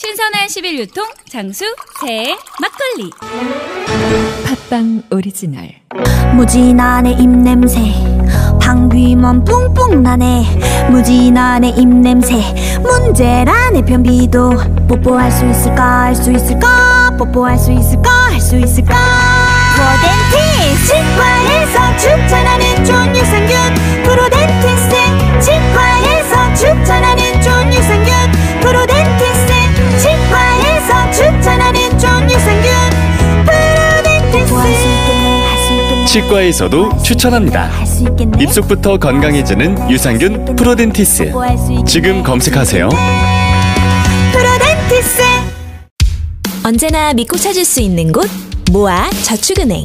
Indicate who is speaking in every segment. Speaker 1: 신선한 11 유통 장수 새 막걸리
Speaker 2: 팟빵 오리지널
Speaker 3: 무진한의 입냄새 방귀만 뿡뿡 나네 무진한의 입냄새 문제란의 변비도 뽀뽀할 수 있을까 할 수 있을까 뽀뽀할 수 있을까 할 수 있을까 프로덴티 치과에서 추천하는 좋은 유산균 프로덴티스 치과에서 추천하는 좋은 유산균 프로덴티스 치과에서 추천하는 좋은 유산균 프로덴티스
Speaker 4: 치과에서도 추천합니다.
Speaker 3: 할수 있겠네.
Speaker 4: 입속부터 건강해지는 유산균 프로덴티스.
Speaker 3: 확보할 수 있겠네.
Speaker 4: 지금 검색하세요.
Speaker 3: 프로덴티스
Speaker 5: 언제나 믿고 찾을 수 있는 곳 모아 저축은행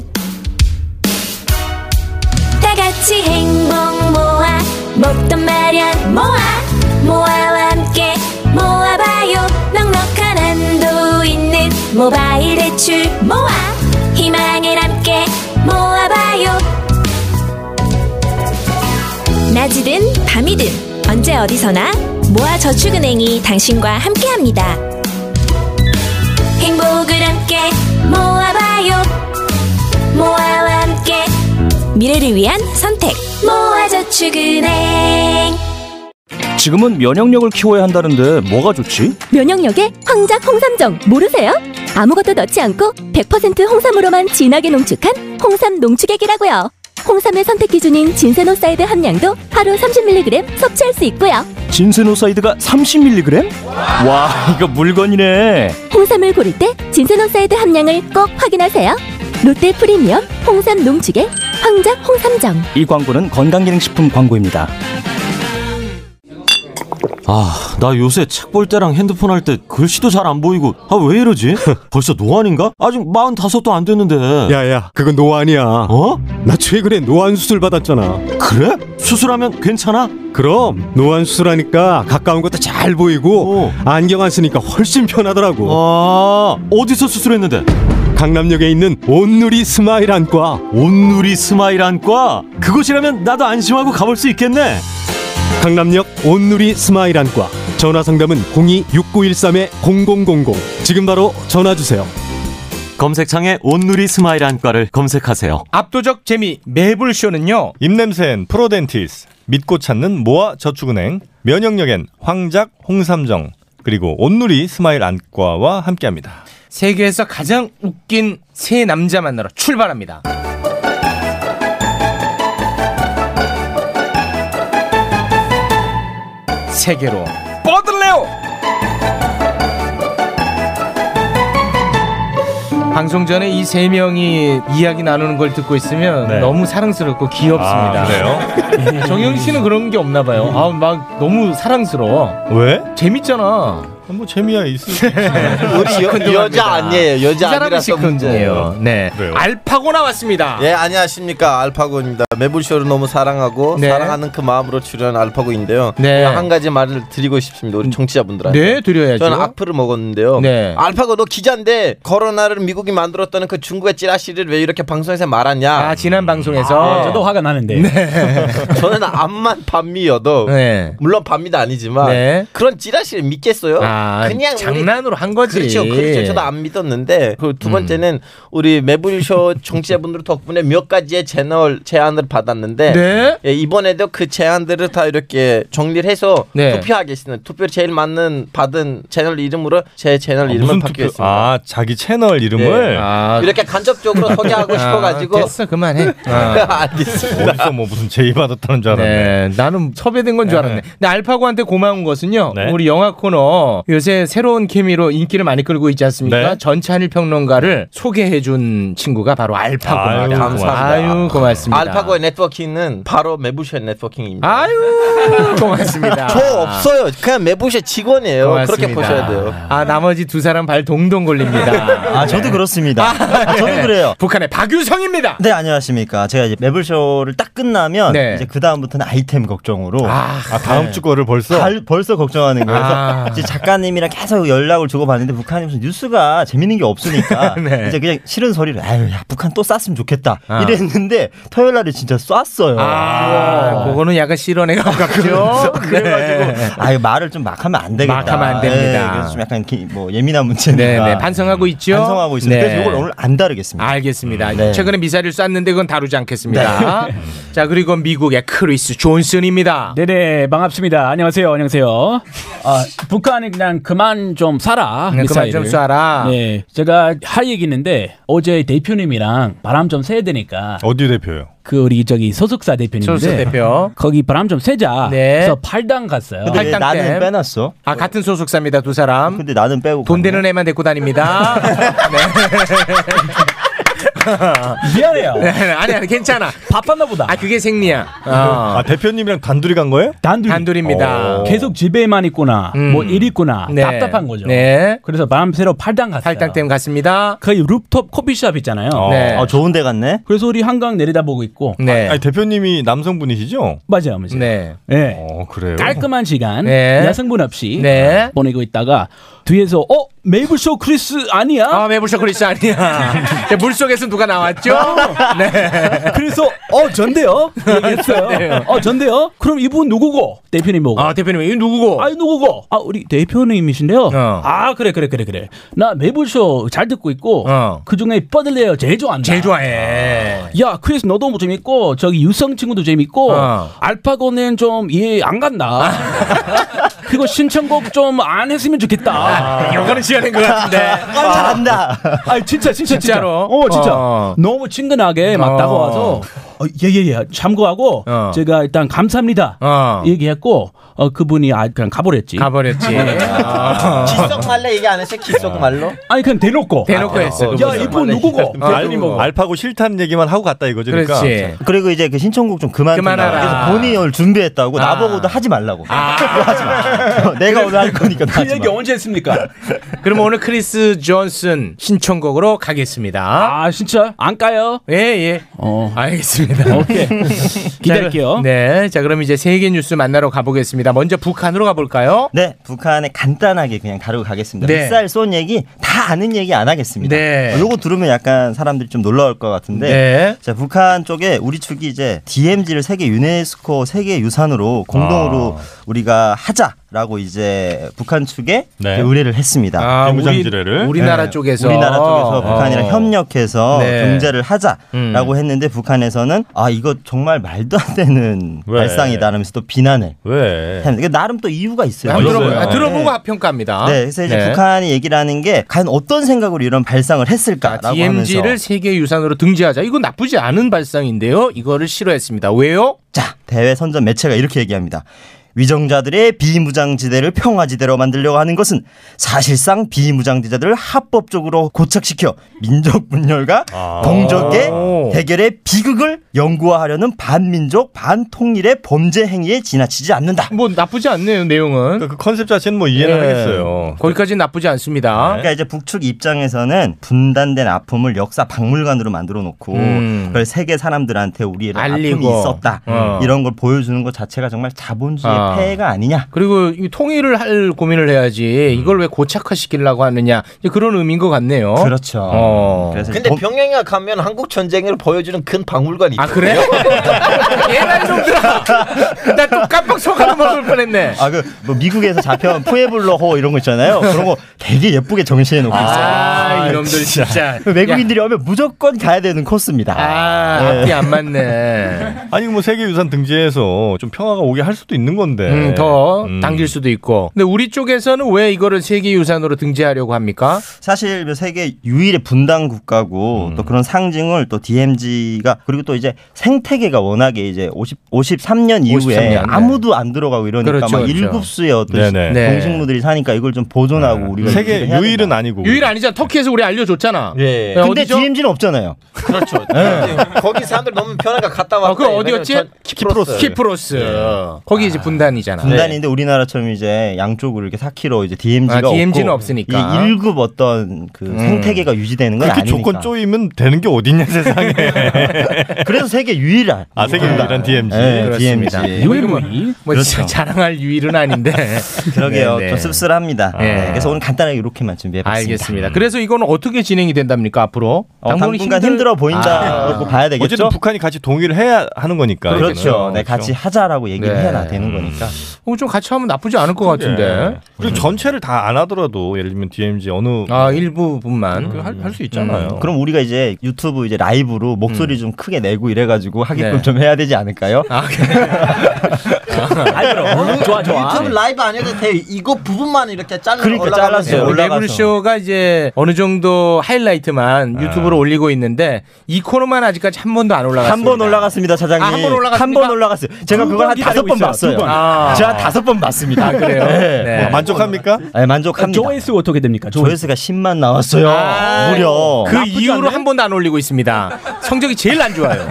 Speaker 5: 다 같이 행복 모아 먹던 마련 모아 모아와 함께 모아봐요 넉넉한 한도 있는 모바일 대출 모아 희망을 함께 모아봐요 낮이든 밤이든 언제 어디서나 모아 저축은행이 당신과 함께합니다. 행복을 함께 모아봐요 모아와 함께 미래를 위한 선택 모아저축은행
Speaker 6: 지금은 면역력을 키워야 한다는데 뭐가 좋지?
Speaker 7: 면역력에 황작 홍삼정 모르세요? 아무것도 넣지 않고 100% 홍삼으로만 진하게 농축한 홍삼 농축액이라고요. 홍삼의 선택 기준인 진세노사이드 함량도 하루 30mg 섭취할 수 있고요.
Speaker 6: 진세노사이드가 30mg? 와, 이거 물건이네.
Speaker 7: 홍삼을 고를 때 진세노사이드 함량을 꼭 확인하세요. 롯데 프리미엄 홍삼 농축액 황작 홍삼정
Speaker 6: 이 광고는 건강기능식품 광고입니다.
Speaker 8: 아, 나 요새 책 볼 때랑 핸드폰 할 때 글씨도 잘 안 보이고, 아, 왜 이러지? 벌써 노안인가? 아직 마흔다섯도 안 됐는데.
Speaker 9: 야야 그건 노안이야
Speaker 8: 어?
Speaker 9: 나 최근에 노안 수술 받았잖아
Speaker 8: 그래? 수술하면 괜찮아?
Speaker 9: 그럼 노안 수술하니까 가까운 것도 잘 보이고
Speaker 8: 어.
Speaker 9: 안경 안 쓰니까 훨씬 편하더라고
Speaker 8: 아, 어디서 수술했는데?
Speaker 9: 강남역에 있는 온누리 스마일 안과
Speaker 8: 온누리 스마일 안과? 그곳이라면 나도 안심하고 가볼 수 있겠네.
Speaker 9: 강남역 온누리 스마일 안과 전화 상담은 02-6913-0000 지금 바로 전화 주세요
Speaker 8: 검색창에 온누리 스마일 안과를 검색하세요.
Speaker 10: 압도적 재미 매불쇼는요.
Speaker 11: 입냄새엔 프로덴티스, 믿고 찾는 모아 저축은행, 면역력엔 황작 홍삼정, 그리고 온누리 스마일 안과와 함께합니다.
Speaker 10: 세계에서 가장 웃긴 세 남자 만나러 출발합니다. 세계로 뻗을래요! 방송 전에 이 세 명이 이야기 나누는 걸 듣고 있으면
Speaker 11: 네.
Speaker 10: 너무 사랑스럽고 귀엽습니다. 네.
Speaker 11: 아, 그래요?
Speaker 10: 정영 씨는 그런 게 없나 봐요. 아, 막 너무 사랑스러워.
Speaker 11: 왜?
Speaker 10: 재밌잖아.
Speaker 11: 뭐 재미야 있을
Speaker 12: 우리 여, 여자 아니에요.
Speaker 10: 이
Speaker 12: 여자
Speaker 10: 사람이
Speaker 12: 아니라서 문제예요. 아,
Speaker 10: 시큰둥이에요. 네.
Speaker 11: 그래요?
Speaker 10: 알파고 나왔습니다.
Speaker 12: 예, 안녕하십니까. 알파고입니다. 매불쇼를 너무 사랑하고
Speaker 10: 네.
Speaker 12: 사랑하는 그 마음으로 출연 알파고인데요.
Speaker 10: 네.
Speaker 12: 한 가지 말을 드리고 싶습니다. 우리 청취자분들한테.
Speaker 10: 네, 드려야죠.
Speaker 12: 저는 악플을 먹었는데요.
Speaker 10: 네.
Speaker 12: 알파고 너 기자인데 코로나를 미국이 만들었다는 그 중국의 찌라시를 왜 이렇게 방송에서 말하냐? 네.
Speaker 10: 아, 지난 방송에서
Speaker 13: 저도 화가 나는데.
Speaker 14: 네.
Speaker 12: 저는 암만 반미여도
Speaker 10: 네.
Speaker 12: 물론 반미도 아니지만
Speaker 10: 네.
Speaker 12: 그런 찌라시를 믿겠어요?
Speaker 10: 아,
Speaker 12: 그냥 우리
Speaker 10: 장난으로 한 거지. 음.
Speaker 12: 그렇죠, 그렇죠. 저도 안 믿었는데 그 두 번째는 우리 매불쇼 정치자분들 덕분에 몇 가지의 채널 제안을 받았는데
Speaker 10: 네.
Speaker 12: 예, 이번에도 그 제안들을 다 이렇게 정리를 해서
Speaker 10: 네.
Speaker 12: 투표하겠습니다. 투표 제일 맞는 받은 채널 이름으로 제 채널 이름을 바뀌겠습니다. 네. 예.
Speaker 11: 아, 자기 채널 이름을
Speaker 10: 아,
Speaker 12: 이렇게 간접적으로 소개하고 싶어가지고
Speaker 10: 아, 됐어,
Speaker 14: 네.
Speaker 10: 그만해. 아.
Speaker 12: 알겠습니다.
Speaker 11: 어디서 뭐 무슨 제의 받았다는 줄 알았네.
Speaker 10: 네, 나는 섭외된 건 줄 알았네. 근데 알파고한테 고마운 것은요.
Speaker 11: 네.
Speaker 10: 우리 영화 코너 요새 새로운 케미로 인기를 많이 끌고 있지 않습니까?
Speaker 11: 네.
Speaker 10: 전찬일 평론가를 소개해준 친구가 바로 알파고입니다.
Speaker 11: 아유,
Speaker 12: 감사합니다.
Speaker 10: 아유, 고맙습니다.
Speaker 12: 알파고의 네트워킹은 바로 매부쇼의 네트워킹입니다.
Speaker 10: 아유, 고맙습니다.
Speaker 12: 저 없어요. 그냥 매부쇼 직원이에요. 그렇게
Speaker 10: 고맙습니다.
Speaker 12: 보셔야 돼요.
Speaker 10: 아, 나머지 두 사람 발 동동 걸립니다. 네.
Speaker 13: 아 저도 그렇습니다. 아, 저도 그래요.
Speaker 10: 북한의 박유성입니다.
Speaker 13: 네 안녕하십니까. 제가 이제 매블쇼를 딱 끝나면
Speaker 10: 네.
Speaker 13: 이제 그 다음부터는 아이템 걱정으로
Speaker 10: 아,
Speaker 6: 네.
Speaker 11: 아, 다음 주 거를 벌써
Speaker 13: 발- 벌써 걱정하는 거예요. 그래서
Speaker 10: 아.
Speaker 13: 이제 작가님이랑 계속 연락을 주고받는데 북한이 무슨 뉴스가 재밌는 게 없으니까
Speaker 10: 네.
Speaker 13: 이제 그냥 싫은 소리를 아유 야 북한 또 쐈으면 좋겠다
Speaker 10: 아.
Speaker 13: 이랬는데 토요일 날에 진짜 쐈어요. 네.
Speaker 10: 아, 그거는 약간 실언에 가깝죠. 그래가지고
Speaker 13: 아, 이거 말을 좀 막 하면 안 되겠다.
Speaker 10: 네. 막 하면 안 됩니다.
Speaker 13: 예, 그래서 좀 약간 기- 뭐 예민한 문제니까.
Speaker 10: 네, 네, 반성하고 있죠?
Speaker 13: 반성하고 있습니다.
Speaker 10: 네.
Speaker 13: 그래서 이걸 오늘 안 다루겠습니다.
Speaker 10: 알겠습니다.
Speaker 13: 네.
Speaker 10: 최근에 미사일을 쐈는데 그건 다루지 않겠습니다. 아, 자 그리고 미국의 크리스 존슨입니다.
Speaker 14: 네네 반갑습니다. 안녕하세요. 안녕하세요. 아, 북한은 그냥 그만 좀 쏴라.
Speaker 10: 네, 그만 좀 쏴라.
Speaker 14: 네, 제가 할 얘기 있는데 어제 대표님이랑 바람 좀 쐬야 되니까
Speaker 11: 어디 대표요?
Speaker 14: 그 우리 저기 소속사 대표님인데
Speaker 10: 소속사 대표.
Speaker 14: 거기 바람 좀 쐬자.
Speaker 10: 네.
Speaker 14: 아, 그래서 팔당 갔어요.
Speaker 10: 근데 왜 팔당 나는 때?
Speaker 13: 빼놨어.
Speaker 10: 아 같은 소속사입니다 두 사람.
Speaker 13: 근데 나는 빼고
Speaker 10: 돈 되는 애만 데리고 다닙니다. 네.
Speaker 14: 미안해요.
Speaker 10: 네, 네, 아니 아니 괜찮아.
Speaker 14: 바빴나 보다.
Speaker 10: 아 그게 생리야. 어.
Speaker 11: 아 대표님이랑 단둘이 간 거예요?
Speaker 14: 단둘이.
Speaker 10: 단둘입니다. 오.
Speaker 14: 계속 집에만 있거나 뭐 일 있거나
Speaker 10: 네.
Speaker 14: 답답한 거죠.
Speaker 10: 네.
Speaker 14: 그래서 바람 새로 팔당 갔어요. 팔당
Speaker 10: 때문에 갔습니다.
Speaker 14: 거의 룹톱 커피숍 있잖아요.
Speaker 11: 네. 아,
Speaker 13: 어, 좋은 데 갔네.
Speaker 14: 그래서 우리 한강 내려다보고 있고.
Speaker 11: 아, 니 대표님이 남성분이시죠?
Speaker 14: 맞아요, 맞아요.
Speaker 10: 네.
Speaker 14: 네.
Speaker 11: 어, 그래요.
Speaker 14: 깔끔한 시간
Speaker 11: 네.
Speaker 14: 야성분 없이
Speaker 10: 네.
Speaker 14: 보내고 있다가 뒤에서 어 메이블쇼 크리스 아니야?
Speaker 10: 아 메이블쇼 크리스 아니야. 물 속에서 누가 나왔죠? 네.
Speaker 14: 그래서 어 전데요? 얘기했어요. 어 전데요? 그럼 이분 누구고? 대표님이고. 아
Speaker 10: 대표님 이 누구고? 어.
Speaker 14: 아 누구고? 아 우리 대표님이신데요. 아 그래 그래 그래 그래. 나 메이블쇼 잘 듣고 있고
Speaker 10: 어.
Speaker 14: 그 중에 뻗을래요 제일 좋아한다. 제일
Speaker 10: 좋아해. 예.
Speaker 14: 야 크리스 너도 뭐 재밌고 저기 유성 친구도 재밌고
Speaker 10: 어.
Speaker 14: 알파고는 좀 이해 안 간다. 그리고 신청곡 좀 안 했으면 좋겠다.
Speaker 10: 아, 요거는 지어낸 것 같은데.
Speaker 14: 아,
Speaker 13: 잘한다.
Speaker 14: 아 진짜 진짜 진짜.
Speaker 10: 진짜로?
Speaker 14: 어 진짜.
Speaker 10: 어.
Speaker 14: 너무 친근하게 막
Speaker 10: 어.
Speaker 14: 다가와서 어, 예예예 참고하고
Speaker 10: 어.
Speaker 14: 제가 일단 감사합니다
Speaker 10: 어.
Speaker 14: 얘기했고 어, 그분이 아 그냥 가버렸지.
Speaker 10: 가버렸지.
Speaker 14: 아.
Speaker 12: 기속 말로 얘기 안 했어요? 기속 말로?
Speaker 14: 아니 그냥 대놓고.
Speaker 10: 대놓고 했어,
Speaker 14: 야 이분 누구고?
Speaker 11: 알파고 싫다는 얘기만 하고 갔다 이거죠.
Speaker 13: 그러니까.
Speaker 11: 그러니까.
Speaker 13: 그리고 이제 그 신청곡 좀 그만 좀
Speaker 11: 그만하라.
Speaker 13: 나와. 그래서 본인이 오늘 준비했다고
Speaker 10: 아.
Speaker 13: 나보고도 하지 말라고. 내가 오늘 할 거니까 나 하지 마.
Speaker 14: 그 언제 했습니까?
Speaker 10: 그럼 오늘 크리스 존슨 신청곡으로 가겠습니다.
Speaker 14: 아 진짜 안 까요?
Speaker 10: 예 예.
Speaker 14: 어.
Speaker 10: 알겠습니다.
Speaker 14: 오케이.
Speaker 10: 기다릴게요. 네. 자 그럼 이제 세계 뉴스 만나러 가보겠습니다. 먼저 북한으로 가볼까요?
Speaker 13: 네. 북한에 간단하게 그냥 다루고 가겠습니다.
Speaker 10: 네.
Speaker 13: 미사일 쏜 얘기 다 아는 얘기 안 하겠습니다.
Speaker 10: 네.
Speaker 13: 어, 요거 들으면 약간 사람들이 좀 놀라울 것 같은데.
Speaker 10: 네.
Speaker 13: 자, 북한 쪽에 우리 측이 이제 DMZ를 세계 유네스코 세계 유산으로 공동으로
Speaker 11: 아.
Speaker 13: 우리가 하자라고 이제 북한 측에
Speaker 11: 네.
Speaker 13: 이제 의뢰를 했습니다. 네.
Speaker 11: 아, 대무장지뢰를. 우리- 우리나라 쪽에서.
Speaker 13: 우리나라 쪽에서
Speaker 11: 어.
Speaker 13: 북한이랑 협력해서
Speaker 11: 네.
Speaker 13: 경제를 하자라고
Speaker 11: 음.
Speaker 13: 했는데 북한에서는 아 이거 정말 말도 안 되는
Speaker 11: 왜? 네.
Speaker 13: 발상이다 하면서 또 비난을
Speaker 11: 왜?
Speaker 13: 했는데 그러니까 나름 또 이유가 있어요.
Speaker 10: 한번 들어보고, 아, 들어보고 합평가입니다.
Speaker 13: 네, 그래서 이제 북한이 얘기를 하는 게 과연 어떤 생각으로 이런 발상을 했을까라고
Speaker 10: DMZ를
Speaker 13: 하면서
Speaker 10: 세계 유산으로 등재하자. 이건 나쁘지 않은 발상인데요. 이거를 싫어했습니다. 왜요?
Speaker 13: 자, 대외 선전 매체가 이렇게 얘기합니다. 위정자들의 비무장지대를 평화지대로 만들려고 하는 것은 사실상 비무장지대들을 합법적으로 고착시켜 민족 분열과
Speaker 10: 아.
Speaker 13: 동족의 대결의 비극을 연구화하려는 반민족 반통일의 범죄 행위에 지나치지 않는다.
Speaker 10: 뭐 나쁘지 않네요 내용은.
Speaker 13: 그 컨셉 자체는 뭐
Speaker 10: 이해는 네. 하겠어요. 거기까지는 나쁘지 않습니다.
Speaker 13: 그러니까 이제 북측 입장에서는 분단된 아픔을 역사 박물관으로 만들어 놓고
Speaker 10: 음.
Speaker 13: 그걸 세계 사람들한테 우리의 아픔이
Speaker 10: 알리고.
Speaker 13: 있었다
Speaker 10: 어.
Speaker 13: 이런 걸 보여주는 것 자체가 정말 자본주의의
Speaker 10: 아.
Speaker 13: 폐해가 아니냐.
Speaker 10: 그리고 이 통일을 할 고민을
Speaker 13: 음.
Speaker 10: 해야지 이걸 왜 고착화시키려고 하느냐 이제 그런 의미인 것 같네요.
Speaker 13: 그렇죠.
Speaker 10: 어.
Speaker 12: 근데 평양에 가면 한국 전쟁을 보여주는 큰 박물관이 있거든요. 아
Speaker 10: 그래요? 얘가 이놈들아. 나또 깜빡 속아서 먹을 뻔했네.
Speaker 13: 아, 그, 뭐, 미국에서 잡혀온 푸에블러호 이런 거 있잖아요. 그런 거 되게 예쁘게 정시해 놓고 있어요.
Speaker 10: 아, 이놈들 진짜.
Speaker 13: 외국인들이 오면 무조건 가야 되는 코스입니다. 네.
Speaker 10: 아, 앞뒤 안 맞네.
Speaker 11: 네. 아니 뭐 세계유산 등재해서 좀 평화가 오게 할 수도 있는 건데.
Speaker 10: 음, 더 당길 수도 있고. 근데 우리 쪽에서는 왜 이거를 세계유산으로 등재하려고 합니까?
Speaker 13: 사실 뭐 세계 유일의 분단 국가고 또 그런 상징을 또 DMZ가 그리고 또 이제 생태계가 워낙에 이제 50, 53년 이후에
Speaker 10: 53년, 네.
Speaker 13: 아무도 안 들어가고 이러니까
Speaker 10: 그렇죠,
Speaker 13: 막
Speaker 10: 그렇죠.
Speaker 13: 일급수의 어떤
Speaker 11: 네네. 네.
Speaker 13: 동식물들이 사니까 이걸 좀 보존하고 예. 우리가
Speaker 11: 세계
Speaker 13: 유일은
Speaker 11: 아니고
Speaker 10: 유일 아니잖아. 터키에서 우리 알려줬잖아.
Speaker 13: 근데 DMZ는 없잖아요.
Speaker 12: 그렇죠. 거기 사람들 너무 편하게 갔다 왔다.
Speaker 10: 아, 그거 어디였지? 키프로스. 키프로스.
Speaker 13: 예.
Speaker 10: 거기 이제 네. 분단이잖아.
Speaker 13: 분단인데 우리나라처럼 이제 양쪽으로 이렇게 4km 이제 DMZ가
Speaker 10: 아, DMZ 는
Speaker 13: 없고
Speaker 10: 없으니까.
Speaker 13: 이 1급 어떤 그
Speaker 10: 음.
Speaker 13: 생태계가 유지되는 건
Speaker 11: 그렇게
Speaker 13: 아니니까.
Speaker 11: 조건 쪼이면 되는 게 어딨냐 세상에.
Speaker 13: 그래서 세계 유일한.
Speaker 11: 아 세계 유일한 DMZ.
Speaker 13: 네, DMZ.
Speaker 10: 뭐 진짜 자랑할 유일은 아닌데.
Speaker 13: 그렇죠. 그러게요.
Speaker 10: 네, 네.
Speaker 13: 좀 씁쓸합니다.
Speaker 10: 예.
Speaker 13: 네, 그래서 오늘 간단하게 이렇게만 준비해봤습니다.
Speaker 10: 알겠습니다. 그래서 이거는 어떻게 진행이 된답니까 앞으로?
Speaker 13: 어, 당분간 힘들어
Speaker 10: 아.
Speaker 13: 보인다고 봐야 되겠죠?
Speaker 11: 어쨌든 북한이 같이 동의를 해야 하는 거니까.
Speaker 13: 그렇죠. 네, 같이 하자라고 얘기를
Speaker 11: 네.
Speaker 13: 해야 되는 거니까.
Speaker 10: 어, 좀 같이 하면 나쁘지 않을 것 같은데.
Speaker 11: 그리고 전체를 다 안 하더라도 예를 들면 DMZ 어느
Speaker 10: 아
Speaker 13: 그
Speaker 10: 일부분만
Speaker 11: 할 수 있잖아요.
Speaker 13: 음, 그럼 우리가 이제 유튜브 이제 라이브로
Speaker 10: 음.
Speaker 13: 목소리 좀 크게 내고 이래가지고 하게끔
Speaker 11: 네.
Speaker 13: 좀 해야 되지 않을까요?
Speaker 10: 아, 네.
Speaker 12: 아니, 그럼.
Speaker 13: 좋아, 좋아.
Speaker 12: 음, 유튜브 라이브 안 해도 돼. 이거 부분만 이렇게 잘라
Speaker 13: 그러니까
Speaker 12: 올라가면
Speaker 10: 네,
Speaker 12: 돼요.
Speaker 10: 레블 쇼가 이제 어느 정도 하이라이트만
Speaker 13: 아.
Speaker 10: 유튜브로 올리고 있는데 이 코너만 아직까지 한 번도 안 올라갔어요.
Speaker 13: 한 번 올라갔습니다, 차장님.
Speaker 10: 아, 한번 올라갔습니까?
Speaker 13: 한번 올라갔어요. 제가
Speaker 10: 두
Speaker 13: 그걸 한
Speaker 10: 번
Speaker 13: 다섯
Speaker 10: 기다리고
Speaker 13: 번
Speaker 10: 있어요,
Speaker 13: 봤어요.
Speaker 10: 두 번. 아.
Speaker 13: 제가 다섯 번 봤습니다.
Speaker 10: 아, 그래요?
Speaker 13: 네.
Speaker 10: 네.
Speaker 11: 만족합니까?
Speaker 13: 네, 만족합니다.
Speaker 14: 조회수 어떻게 됩니까?
Speaker 13: 조회수. 가 10만 나왔어요. 무려.
Speaker 10: 그 이후로 한 번도 안 올리고 있습니다. 성적이 제일 안 좋아요.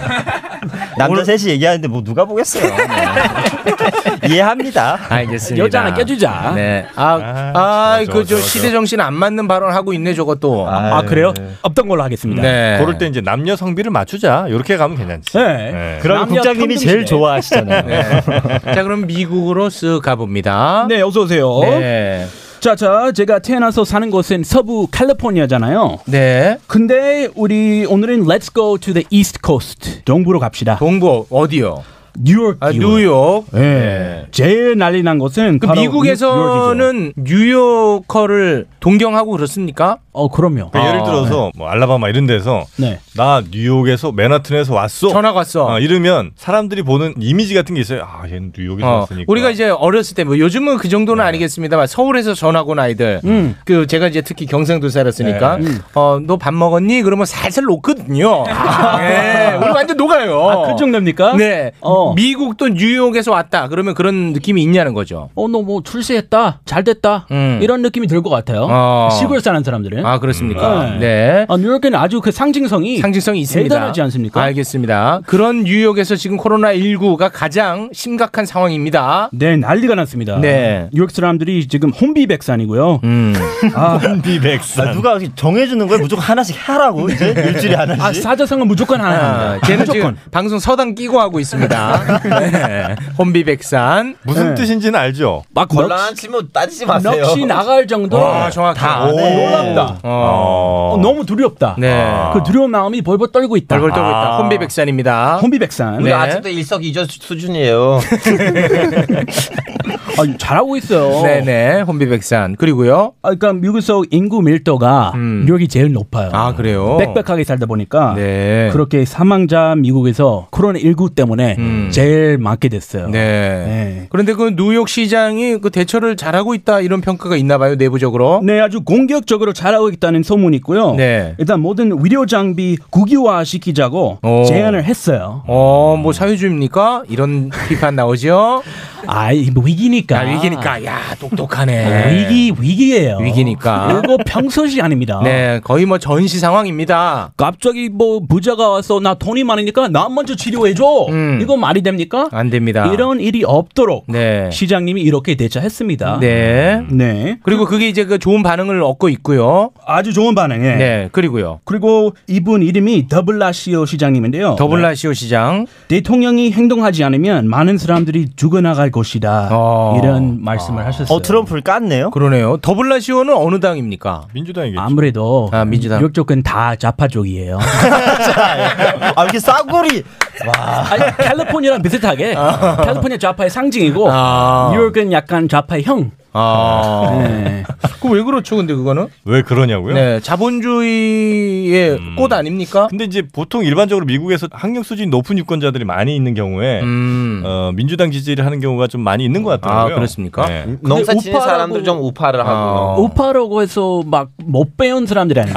Speaker 13: 남자 셋이 얘기하는데 뭐 누가 보겠어요. 네. 이해합니다.
Speaker 10: 아, 알겠습니다.
Speaker 13: 여자나 껴주자.
Speaker 10: 네. 아, 아, 그 저 시대 정신 안 맞는 발언 하고 있네 저것도.
Speaker 14: 아, 그래요?
Speaker 11: 네.
Speaker 14: 없던 걸로 하겠습니다.
Speaker 10: 네.
Speaker 11: 그럴 때 이제 남녀 성비를 맞추자. 이렇게 가면 괜찮지. 네.
Speaker 14: 네.
Speaker 10: 그러면 남녀 국장님이 평등시대. 제일
Speaker 13: 좋아하시잖아요.
Speaker 10: 자, 그럼 미국으로 쓱 가봅니다.
Speaker 14: 네, 어서 오세요.
Speaker 10: 네.
Speaker 14: 자, 자, 제가 태어나서 사는 곳은 서부 캘리포니아잖아요.
Speaker 10: 네.
Speaker 14: 근데 우리 오늘은 Let's go to the East Coast. 동부로 갑니다.
Speaker 10: 동부 어디요?
Speaker 14: 뉴욕.
Speaker 10: 아, 뉴욕. 네.
Speaker 14: 예. 제일 난리 난 곳은
Speaker 10: 그
Speaker 14: 바로
Speaker 10: 미국에서는 뉴요커를 아, 동경하고 그렇습니까?
Speaker 14: 어, 그럼요.
Speaker 11: 그러니까 예를 들어서
Speaker 10: 네.
Speaker 11: 뭐 알라바마 이런 데서
Speaker 14: 네.
Speaker 11: 나 뉴욕에서 맨하튼에서 왔어.
Speaker 10: 전화가 왔어.
Speaker 11: 이러면 사람들이 보는 이미지 같은 게 있어요. 아, 얘는 뉴욕에서
Speaker 10: 어,
Speaker 11: 왔으니까. 네.
Speaker 10: 우리가 이제 어렸을 때 뭐 요즘은 그 정도는 아니겠습니다만 서울에서 전학 온 아이들
Speaker 14: 음.
Speaker 10: 그 제가 이제 특히 경상도 살았으니까
Speaker 14: 네. 음.
Speaker 10: 어너 밥 먹었니 그러면 살살 녹거든요.
Speaker 11: 아.
Speaker 10: 네, 우리 완전 녹아요.
Speaker 14: 아, 그 정도입니까?
Speaker 10: 네.
Speaker 14: 어.
Speaker 10: 미국도 뉴욕에서 왔다 그러면 그런 느낌이 있냐는 거죠.
Speaker 14: 어, 너 뭐 출세했다. 잘 됐다.
Speaker 10: 음.
Speaker 14: 이런 느낌이 들 것 같아요.
Speaker 10: 어.
Speaker 14: 시골 사는 사람들은.
Speaker 10: 아 그렇습니까? 네.
Speaker 14: 아, 뉴욕에는 아주 그 상징성이
Speaker 10: 상징성이 있습니다.
Speaker 14: 대단하지 않습니까?
Speaker 10: 알겠습니다. 그런 뉴욕에서 지금 코로나 19가 가장 심각한 상황입니다.
Speaker 14: 네, 난리가 났습니다.
Speaker 10: 네.
Speaker 14: 뉴욕 사람들이 지금 혼비백산이고요.
Speaker 10: 음.
Speaker 14: 아,
Speaker 11: 혼비백산.
Speaker 13: 아, 누가 이렇게 정해주는 걸 무조건 하나씩 하라고 이제 일주일에 하나씩.
Speaker 14: 아, 사자성은 무조건 하나.
Speaker 10: 아, 쟤는 지금 방송 서당 끼고 하고 있습니다. 네. 혼비백산
Speaker 11: 무슨 뜻인지는 알죠.
Speaker 14: 네. 막
Speaker 12: 곤란한 질문 따지지 마세요.
Speaker 14: 넋이 나갈 정도.
Speaker 10: 와, 정확해.
Speaker 14: 다 네.
Speaker 10: 오.
Speaker 14: 놀랍다.
Speaker 11: 어.
Speaker 14: 어, 너무 두렵다.
Speaker 10: 예. 네.
Speaker 14: 그 두려운 마음이 벌벌 떨고 있다. 아.
Speaker 10: 벌벌 떨고 있다. 혼비백산입니다. 네.
Speaker 14: 혼비백산.
Speaker 12: 우리 아직도 일석이조 수- 수준이에요.
Speaker 14: 아, 잘하고 있어요.
Speaker 10: 네네. 혼비백산. 그리고요.
Speaker 14: 아, 그러니까 미국에서 인구 밀도가
Speaker 10: 음.
Speaker 14: 뉴욕이 제일 높아요.
Speaker 10: 아, 그래요?
Speaker 14: 빽빽하게 살다 보니까
Speaker 10: 네.
Speaker 14: 그렇게 사망자 미국에서 코로나 19 때문에 제일 많게 됐어요.
Speaker 10: 음. 네. 그런데 그 뉴욕 시장이 그 대처를 잘하고 있다 이런 평가가 있나 봐요, 내부적으로.
Speaker 14: 네, 아주 공격적으로 잘하고 있다는 소문이 있고요.
Speaker 10: 네.
Speaker 14: 일단 모든 의료 장비 국유화 시키자고
Speaker 10: 오.
Speaker 14: 제안을 했어요.
Speaker 10: 어, 뭐 사회주의입니까? 이런 비판 나오죠.
Speaker 14: 아, 이뭐 위기니까.
Speaker 10: 아, 위기니까. 야, 똑똑하네.
Speaker 14: 아, 위기 위기예요.
Speaker 10: 위기니까.
Speaker 14: 이거 평소시 아닙니다.
Speaker 10: 네, 거의 뭐 전시 상황입니다.
Speaker 14: 갑자기 뭐 부자가 와서 나 돈이 많으니까 나 먼저 치료해 줘. 이거 말이 됩니까?
Speaker 10: 음. 안 됩니다.
Speaker 14: 이런 일이 없도록
Speaker 10: 네.
Speaker 14: 시장님이 이렇게 대처했습니다.
Speaker 10: 네.
Speaker 14: 네.
Speaker 10: 그리고 그게 이제 그 좋은 반응을 얻고 있고요.
Speaker 14: 아주 좋은 반응에.
Speaker 10: 네, 그리고요.
Speaker 14: 그리고 이분 이름이 더블라시오 시장님인데요. 네.
Speaker 10: 더블라시오 시장.
Speaker 14: 대통령이 행동하지 않으면 많은 사람들이 죽어나갈 것이다. 이런 말씀을 하셨어요.
Speaker 13: 어 트럼프를 깠네요.
Speaker 10: 그러네요. 더블라시오는 어느 당입니까?
Speaker 11: 민주당이겠죠.
Speaker 14: 아무래도
Speaker 10: 아, 민주당.
Speaker 14: 뉴욕 쪽은 다 좌파 쪽이에요.
Speaker 13: 아 이렇게 싸구리. 와.
Speaker 14: 아니, 캘리포니아랑 비슷하게 캘리포니아 좌파의 상징이고
Speaker 10: 아.
Speaker 14: 뉴욕은 약간 좌파의 형.
Speaker 10: 아.
Speaker 14: 네.
Speaker 10: 그 왜 그렇죠? 근데 그거는?
Speaker 11: 왜 그러냐고요? 음.
Speaker 10: 네, 자본주의의 꽃 아닙니까?
Speaker 11: 근데 이제 보통 일반적으로 미국에서 학력 수준이 높은 유권자들이 많이 있는 경우에 어, 민주당 지지를 하는 경우가 좀 많이 있는 것 같더라고요.
Speaker 10: 아, 그렇습니까?
Speaker 11: 네.
Speaker 12: 농사
Speaker 14: 근데
Speaker 12: 지는
Speaker 14: 우파라고- 아.
Speaker 12: 사람들 좀 우파를
Speaker 11: 아.
Speaker 12: 하고.
Speaker 14: 우파라고 해서 막 못 배운 사람들이 아니고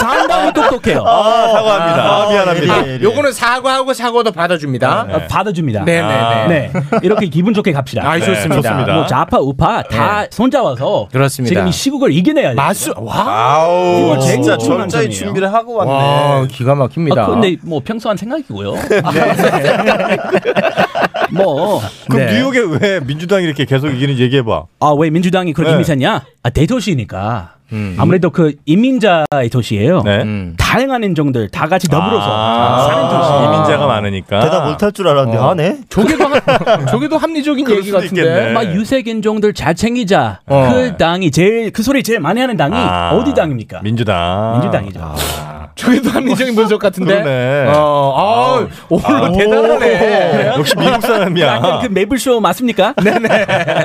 Speaker 14: 상당히 똑똑해요. 예,
Speaker 11: 아, 사과합니다. 아, 미안합니다.
Speaker 10: 아, 요거는 사과하고 사과도 받아줍니다.
Speaker 14: 어, 받아줍니다.
Speaker 10: 네네네.
Speaker 14: 네. 이렇게 기분 좋게 갑시다.
Speaker 10: 아, 좋습니다. 네, 좋습니다.
Speaker 14: 뭐 좌파 우파 다 손잡아서
Speaker 10: 그렇습니다.
Speaker 14: 지금 이 시국을 이겨내야 돼.
Speaker 10: 맞수
Speaker 14: 이걸
Speaker 10: 와우.
Speaker 14: 진짜
Speaker 10: 진짜
Speaker 14: 철저히 준비를
Speaker 12: 하고
Speaker 10: 왔네. 와, 기가 막힙니다.
Speaker 14: 아, 근데 뭐 평소한 생각이고요. 뭐
Speaker 11: 네. 그럼 뉴욕에 왜 민주당이 이렇게 계속 이기는지 얘기해봐.
Speaker 14: 아왜 민주당이 그렇게
Speaker 11: 네.
Speaker 14: 힘이 세냐? 아 대도시니까
Speaker 10: 음.
Speaker 14: 아무래도 그 이민자의 도시예요.
Speaker 10: 네.
Speaker 14: 음. 다양한 인종들 다 같이
Speaker 10: 아.
Speaker 14: 더불어서 사는 도시.
Speaker 11: 이민자가 많으니까.
Speaker 13: 대답 못할 줄 알았는데 아,
Speaker 14: 어.
Speaker 13: 하네.
Speaker 10: 저게도 합- 저게도 합리적인
Speaker 14: 그럴
Speaker 10: 얘기
Speaker 14: 수도
Speaker 10: 같은데. 어.
Speaker 14: 있겠네. 막 유색 인종들 잘 챙기자. 그 당이 제일 그 소리 제일 많이 하는 당이 어디 당입니까?
Speaker 11: 민주당.
Speaker 14: 민주당이죠.
Speaker 10: 아. 저게도 합리적인 분석 같은데.
Speaker 14: 그러네.
Speaker 10: 어, 아, 오늘 대단하네.
Speaker 11: 역시 미국 사람이야.
Speaker 14: 그 매블쇼 맞습니까? 네네.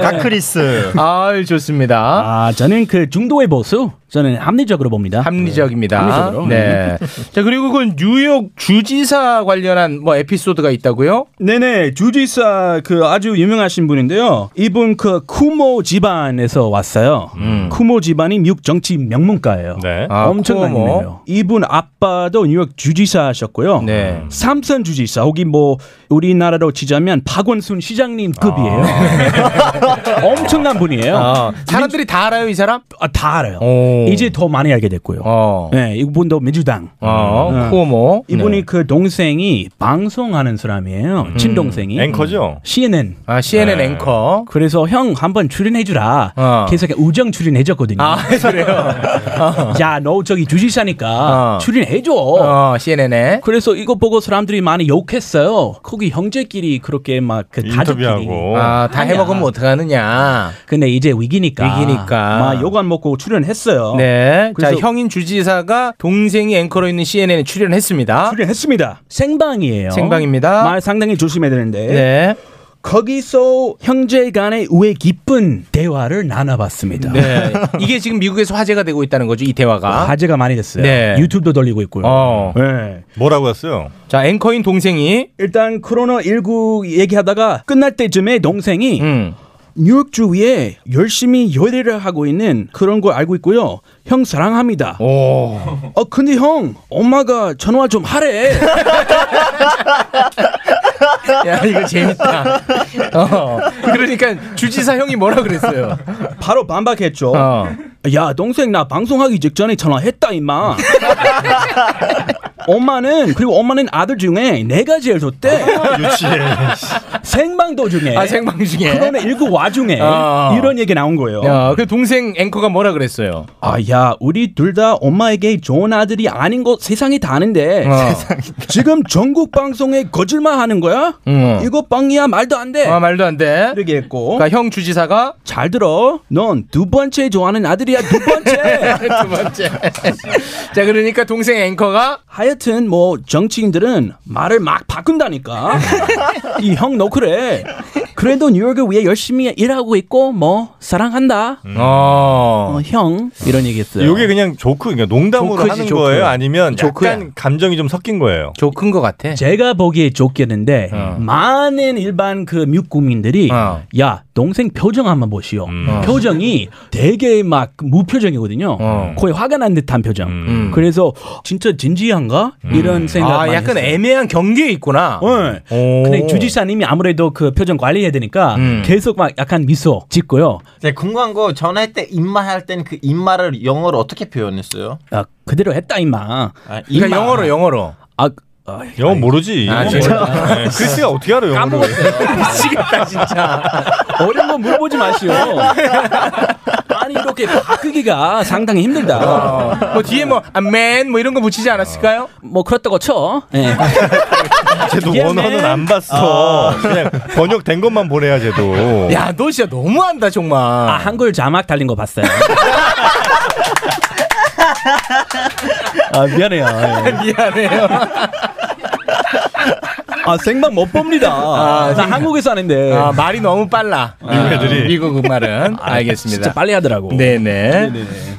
Speaker 13: 다크리스.
Speaker 10: 아 좋습니다.
Speaker 14: 아 저는 그 중도의 보수 저는 합리적으로 봅니다.
Speaker 10: 합리적입니다.
Speaker 14: 합리적으로.
Speaker 10: 네. 자 그리고 그 뉴욕 주지사 관련한 뭐 에피소드가 있다고요?
Speaker 14: 네네 주지사 그 아주 유명하신 분인데요. 이분 그 쿠모 집안에서 왔어요.
Speaker 10: 음.
Speaker 14: 쿠모 집안이 미국 정치 명문가예요.
Speaker 11: 아,
Speaker 14: 엄청난
Speaker 10: 뭐?
Speaker 11: 쿠모.
Speaker 14: 분이에요. 이분 아빠도 뉴욕 주지사셨고요.
Speaker 10: 네.
Speaker 14: 삼선 주지사 혹이 뭐 우리나라로 치자면 박원순 시장님 급이에요.
Speaker 10: 아.
Speaker 14: 엄청난 분이에요.
Speaker 10: 어, 사람들이 다 알아요 이 사람?
Speaker 14: 어, 아, 다 알아요. 이제 더 많이 알게 됐고요. 네, 이분도 민주당.
Speaker 10: 어,
Speaker 14: 네.
Speaker 10: 쿠오모.
Speaker 14: 이분이
Speaker 10: 네. 음.
Speaker 14: 그 동생이 방송하는 사람이에요. 친동생이. 음.
Speaker 10: 앵커죠?
Speaker 14: CNN. 네.
Speaker 10: 아, CNN 앵커.
Speaker 14: 그래서 형 한번 출연해주라.
Speaker 10: 어.
Speaker 14: 계속 우정 출연해줬거든요.
Speaker 10: 아 그래요.
Speaker 14: 야, 너 저기 주지사니까
Speaker 10: 어.
Speaker 14: 출연해줘.
Speaker 10: 어, CNN에.
Speaker 14: 그래서 이거 보고 사람들이 많이 욕했어요. 거기 형제끼리 그렇게 막그
Speaker 10: 인터뷰하고. 아, 다 해먹으면 어떡하느냐.
Speaker 14: 근데 이제 위기니까. 아,
Speaker 10: 위기니까.
Speaker 14: 막 욕 안 먹고 출연했어요.
Speaker 10: 네. 자
Speaker 14: 그래서-
Speaker 10: 형인 주지사가 동생이 앵커로 있는 CNN에 출연했습니다.
Speaker 14: 출연했습니다. 생방이에요.
Speaker 10: 생방입니다.
Speaker 14: 말 상당히 조심해야 되는데.
Speaker 10: 네.
Speaker 14: 거기서 형제 간의 우애 깊은 대화를 나눠봤습니다.
Speaker 10: 네. 이게 지금 미국에서 화제가 되고 있다는 거죠, 이 대화가.
Speaker 14: 아, 화제가 많이 됐어요.
Speaker 10: 네. 어.
Speaker 14: 유튜브도 돌리고 있고요. 네.
Speaker 11: 뭐라고 했어요?
Speaker 10: 자, 앵커인 동생이
Speaker 14: 일단 코로나 19 얘기하다가 끝날 때쯤에 동생이
Speaker 10: 음.
Speaker 14: 뉴욕 주위에 열심히 열일을 하고 있는 그런 걸 알고 있고요. 형 사랑합니다. 어 근데 형 엄마가 전화 좀 하래.
Speaker 10: 야, 이거 재밌다. 어. 그러니까 주지사 형이 뭐라 그랬어요? 어.
Speaker 14: 바로 반박했죠. 야 동생 나 방송하기 직전에 전화했다 임마. 엄마는 그리고 엄마는 아들 중에 내가 제일 좋대.
Speaker 11: 유치해.
Speaker 14: 생방 도중에.
Speaker 10: 아, 생방 중에.
Speaker 14: 그거는 네. 일구 와중에
Speaker 10: 어.
Speaker 14: 이런 얘기 나온 거예요.
Speaker 10: 야, 그 동생 앵커가 뭐라 그랬어요?
Speaker 14: 아, 야, 우리 둘 다 엄마에게 좋은 아들이 아닌 거 세상이 다 아는데
Speaker 10: 어.
Speaker 14: 지금 전국 방송에 거짓말 하는 거야?
Speaker 10: 응.
Speaker 14: 이거 빵이야 말도 안 돼.
Speaker 10: 아, 말도 안 돼.
Speaker 14: 이렇게 했고.
Speaker 10: 그러니까 형 주지사가
Speaker 14: 잘 들어. 넌 두 번째 좋아하는 아들이야 두 번째.
Speaker 10: 두 번째. 자, 그러니까 동생 앵커가
Speaker 14: 하여튼 뭐 정치인들은 말을 막 바꾼다니까. 이 형 너 그래. 그래도 뉴욕을 위해 열심히 일하고 있고 뭐 사랑한다.
Speaker 10: 음. 어,
Speaker 14: 형 이런 얘기했어요.
Speaker 11: 이게 음. 그냥 조크, 그러니까 농담으로
Speaker 14: 조크지,
Speaker 11: 하는
Speaker 14: 조크.
Speaker 11: 거예요? 아니면
Speaker 14: 조크야.
Speaker 11: 약간 감정이 좀 섞인 거예요? 어.
Speaker 10: 조크인 것 같아.
Speaker 14: 제가 보기에 좋겠는데 많은 일반 그 미국 국민들이 야 동생 표정 한번 보시오.
Speaker 11: 음.
Speaker 10: 어.
Speaker 14: 표정이 되게 막 무표정이거든요.
Speaker 11: 어.
Speaker 14: 거의 화가 난 듯한 표정.
Speaker 11: 음.
Speaker 14: 그래서 진짜 진지한가 이런 생각.
Speaker 10: 음. 아,
Speaker 14: 많이
Speaker 10: 약간
Speaker 14: 했어요.
Speaker 10: 애매한 경계에 있구나.
Speaker 14: 네. 근데 주지사님이 아무래도 그 표정 관리해야 되니까
Speaker 11: 음.
Speaker 14: 계속 막 약간 미소 짓고요.
Speaker 12: 네, 궁금한 거 전화할 때 입마 할 때는 그 입마를 영어로 어떻게 표현했어요?
Speaker 14: 아, 그대로 했다 임마.
Speaker 12: 그러니까 영어로,
Speaker 10: 영어로.
Speaker 14: 아
Speaker 11: 영어 모르지.
Speaker 10: 아,
Speaker 11: 진짜. 네, 글씨가 어떻게 알아, 영어로.
Speaker 10: 미치겠다 진짜.
Speaker 14: 어려운 거 물어보지 마시오. 아니 이렇게 바꾸기가 상당히 힘들다.
Speaker 10: 뭐 뒤에 뭐 아, 맨, 뭐 이런 거 붙이지 않았을까요?
Speaker 14: 뭐 그렇다고 쳐. 예.
Speaker 11: 쟤도
Speaker 10: 미안해.
Speaker 11: 원어는 안 봤어. 그냥 번역된 것만 보내야 쟤도.
Speaker 10: 야, 너 진짜 너무한다 정말.
Speaker 14: 아, 한글 자막 달린 거 봤어요. 아, 미안해요.
Speaker 10: 미안해요.
Speaker 14: 아, 생방 못 봅니다.
Speaker 10: 아,
Speaker 14: 나
Speaker 10: 생방.
Speaker 14: 한국에서
Speaker 12: 네.
Speaker 14: 하는데.
Speaker 10: 아, 말이 너무 빨라.
Speaker 14: 미국 애들이.
Speaker 10: 아, 미국 말은 알겠습니다.
Speaker 14: 진짜 빨리 하더라고.
Speaker 10: 네네.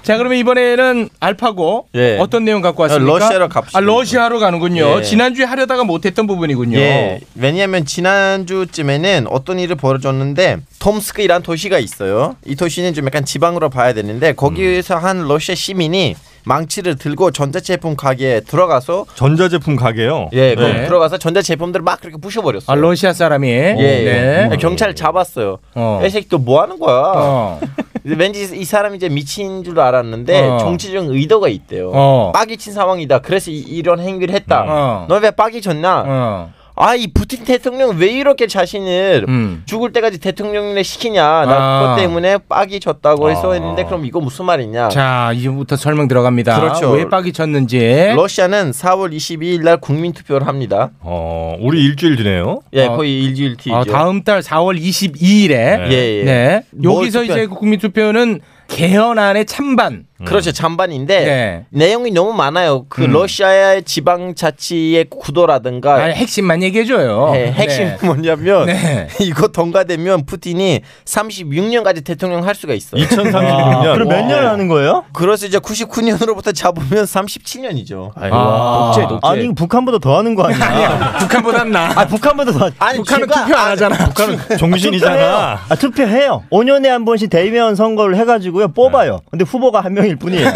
Speaker 10: 자, 그러면 이번에는 알파고
Speaker 12: 예.
Speaker 10: 어떤 내용 갖고 왔습니까?
Speaker 12: 아, 러시아로 갑시다.
Speaker 10: 아, 러시아로 가는군요.
Speaker 12: 예.
Speaker 10: 지난주에 하려다가 못했던 부분이군요.
Speaker 12: 예, 왜냐하면 지난주쯤에는 어떤 일을 벌어졌는데
Speaker 10: 음.
Speaker 12: 톰스크이란 도시가 있어요. 이 도시는 좀 약간 지방으로 봐야 되는데 거기에서 한 러시아 시민이 망치를 들고 전자제품 가게에 들어가서
Speaker 11: 전자제품 가게요. 네.
Speaker 12: 예, 거기 들어가서 전자제품들을 막 그렇게 부셔버렸어요.
Speaker 10: 네. 아, 러시아 사람이. 네.
Speaker 12: 예, 예. 경찰 잡았어요.
Speaker 10: 어.
Speaker 12: 이 새끼 또뭐 하는 거야?
Speaker 10: 어.
Speaker 12: 왠지 이 사람이 이제 미친 줄 알았는데
Speaker 10: 어.
Speaker 12: 정치적 의도가 있대요.
Speaker 10: 어.
Speaker 12: 빡이 친 상황이다. 그래서 이, 런 행위를 했다.
Speaker 10: 어.
Speaker 12: 너 왜 빡이 쳤냐?
Speaker 11: 어.
Speaker 12: 아, 이 푸틴 대통령 왜 이렇게 자신을
Speaker 10: 음.
Speaker 12: 죽을 때까지 대통령에 시키냐? 나
Speaker 10: 아.
Speaker 12: 그것 때문에 빡이 쳤다고 해서
Speaker 10: 어.
Speaker 12: 했는데 그럼 이거 무슨 말이냐?
Speaker 10: 자, 이제부터 설명 들어갑니다.
Speaker 12: 그렇죠.
Speaker 10: 왜 빡이 쳤는지.
Speaker 12: 러시아는 4월 22일 날 국민 투표를 합니다.
Speaker 11: 어, 우리 일주일 뒤네요.
Speaker 12: 예, 거의 일주일 뒤죠.
Speaker 10: 아, 어, 다음 달 4월 22일에
Speaker 12: 예, 예.
Speaker 10: 네.
Speaker 12: 뭘
Speaker 10: 여기서
Speaker 12: 투표-
Speaker 10: 이제 국민 투표는 개헌안의 찬반.
Speaker 12: 그렇죠. 잔반인데
Speaker 10: 네.
Speaker 12: 내용이 너무 많아요. 그
Speaker 10: 음.
Speaker 12: 러시아의 지방 자치의 구도라든가
Speaker 10: 아니, 핵심만 얘기해 줘요. 네.
Speaker 12: 네, 핵심은 뭐냐면 이거 통과되면 푸틴이 36년까지 대통령 할 수가 있어요.
Speaker 11: 2036년.
Speaker 13: 아, 그럼 몇 년을 하는 거예요?
Speaker 12: 그래서 이제 99년으로부터 잡으면 37년이죠.
Speaker 13: 아, 아니 이거 북한보다 더 하는 거 아니야?
Speaker 10: 북한보단 나.
Speaker 13: 아 북한보다 더.
Speaker 12: 아니, 북한은 제가- 투표 안 아니, 하잖아.
Speaker 13: 북한은
Speaker 11: 종신이잖아.
Speaker 13: 아 투표해요. 5년에 한 번씩 대의원 선거를 해가지고요
Speaker 10: 네.
Speaker 13: 뽑아요. 근데 후보가 한 명일 뿐이에요.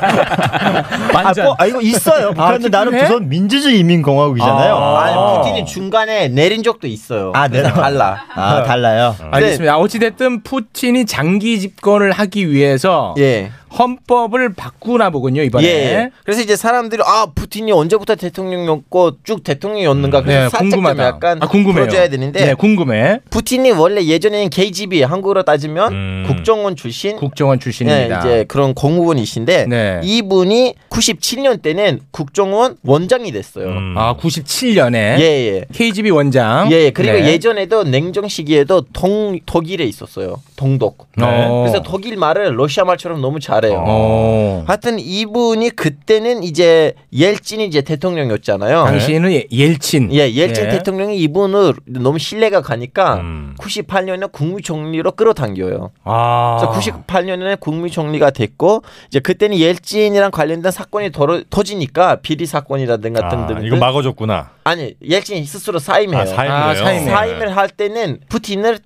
Speaker 13: 아, 뽑- 아, 이거 있어요. 북한은
Speaker 12: 아,
Speaker 13: 나름
Speaker 12: 투표해?
Speaker 13: 조선 민주주의 인민공화국이잖아요.
Speaker 12: 아니, 푸틴이 중간에 네, 내린 적도 있어요.
Speaker 13: 아, 내려-
Speaker 12: 달라. 어. 네.
Speaker 13: 아, 달라요.
Speaker 10: 알겠습니다. 어찌됐든 푸틴이 장기 집권을 하기 위해서
Speaker 12: 예.
Speaker 10: 헌법을 바꾸나 보군요 이번에.
Speaker 12: 예. 그래서 이제 사람들이 아 putin이 언제부터 대통령이었고 쭉 대통령이었는가 그래서
Speaker 10: 네,
Speaker 12: 살짝 좀
Speaker 10: 궁금하다.
Speaker 12: 약간
Speaker 10: 아, 궁금해요.
Speaker 12: 풀어줘야 되는데
Speaker 10: 네, 궁금해.
Speaker 12: 푸틴이 원래 예전에는 KGB 한국으로 따지면
Speaker 10: 음.
Speaker 12: 국정원 출신
Speaker 10: 국정원 출신입니다.
Speaker 12: 네, 이제 그런 공무원이신데
Speaker 10: 네.
Speaker 12: 이분이 97년 때는 국정원 원장이 됐어요.
Speaker 10: 아 97년에
Speaker 12: 예, 예.
Speaker 10: KGB 원장.
Speaker 12: 예, 그리고
Speaker 10: 네.
Speaker 12: 예전에도 냉정 시기에도 동 독일에 있었어요. 동독.
Speaker 10: 네.
Speaker 12: 그래서 독일 말을 러시아 말처럼 너무 잘해요.
Speaker 10: 어.
Speaker 12: 하여튼 이분이 그때는 이제 옐친이 이제 대통령이었잖아요.
Speaker 10: 당시에는 예- 옐친.
Speaker 12: 예, 옐친
Speaker 10: 예.
Speaker 12: 대통령이 이분을 너무 신뢰가 가니까
Speaker 11: 음.
Speaker 12: 98년에 국무총리로 끌어당겨요.
Speaker 10: 아.
Speaker 12: 그래서 98년에 국무총리가 됐고 이제 그때는 옐친이랑 관련된 사건이 더 터지니까 비리 사건이라든가
Speaker 11: 아,
Speaker 12: 등등.
Speaker 11: 이거 막아줬구나.
Speaker 12: 아니 옐친이 스스로 사임해요.
Speaker 11: 아, 사임을 아, 해요? 사임을.
Speaker 12: 사임을 할 때는 푸틴을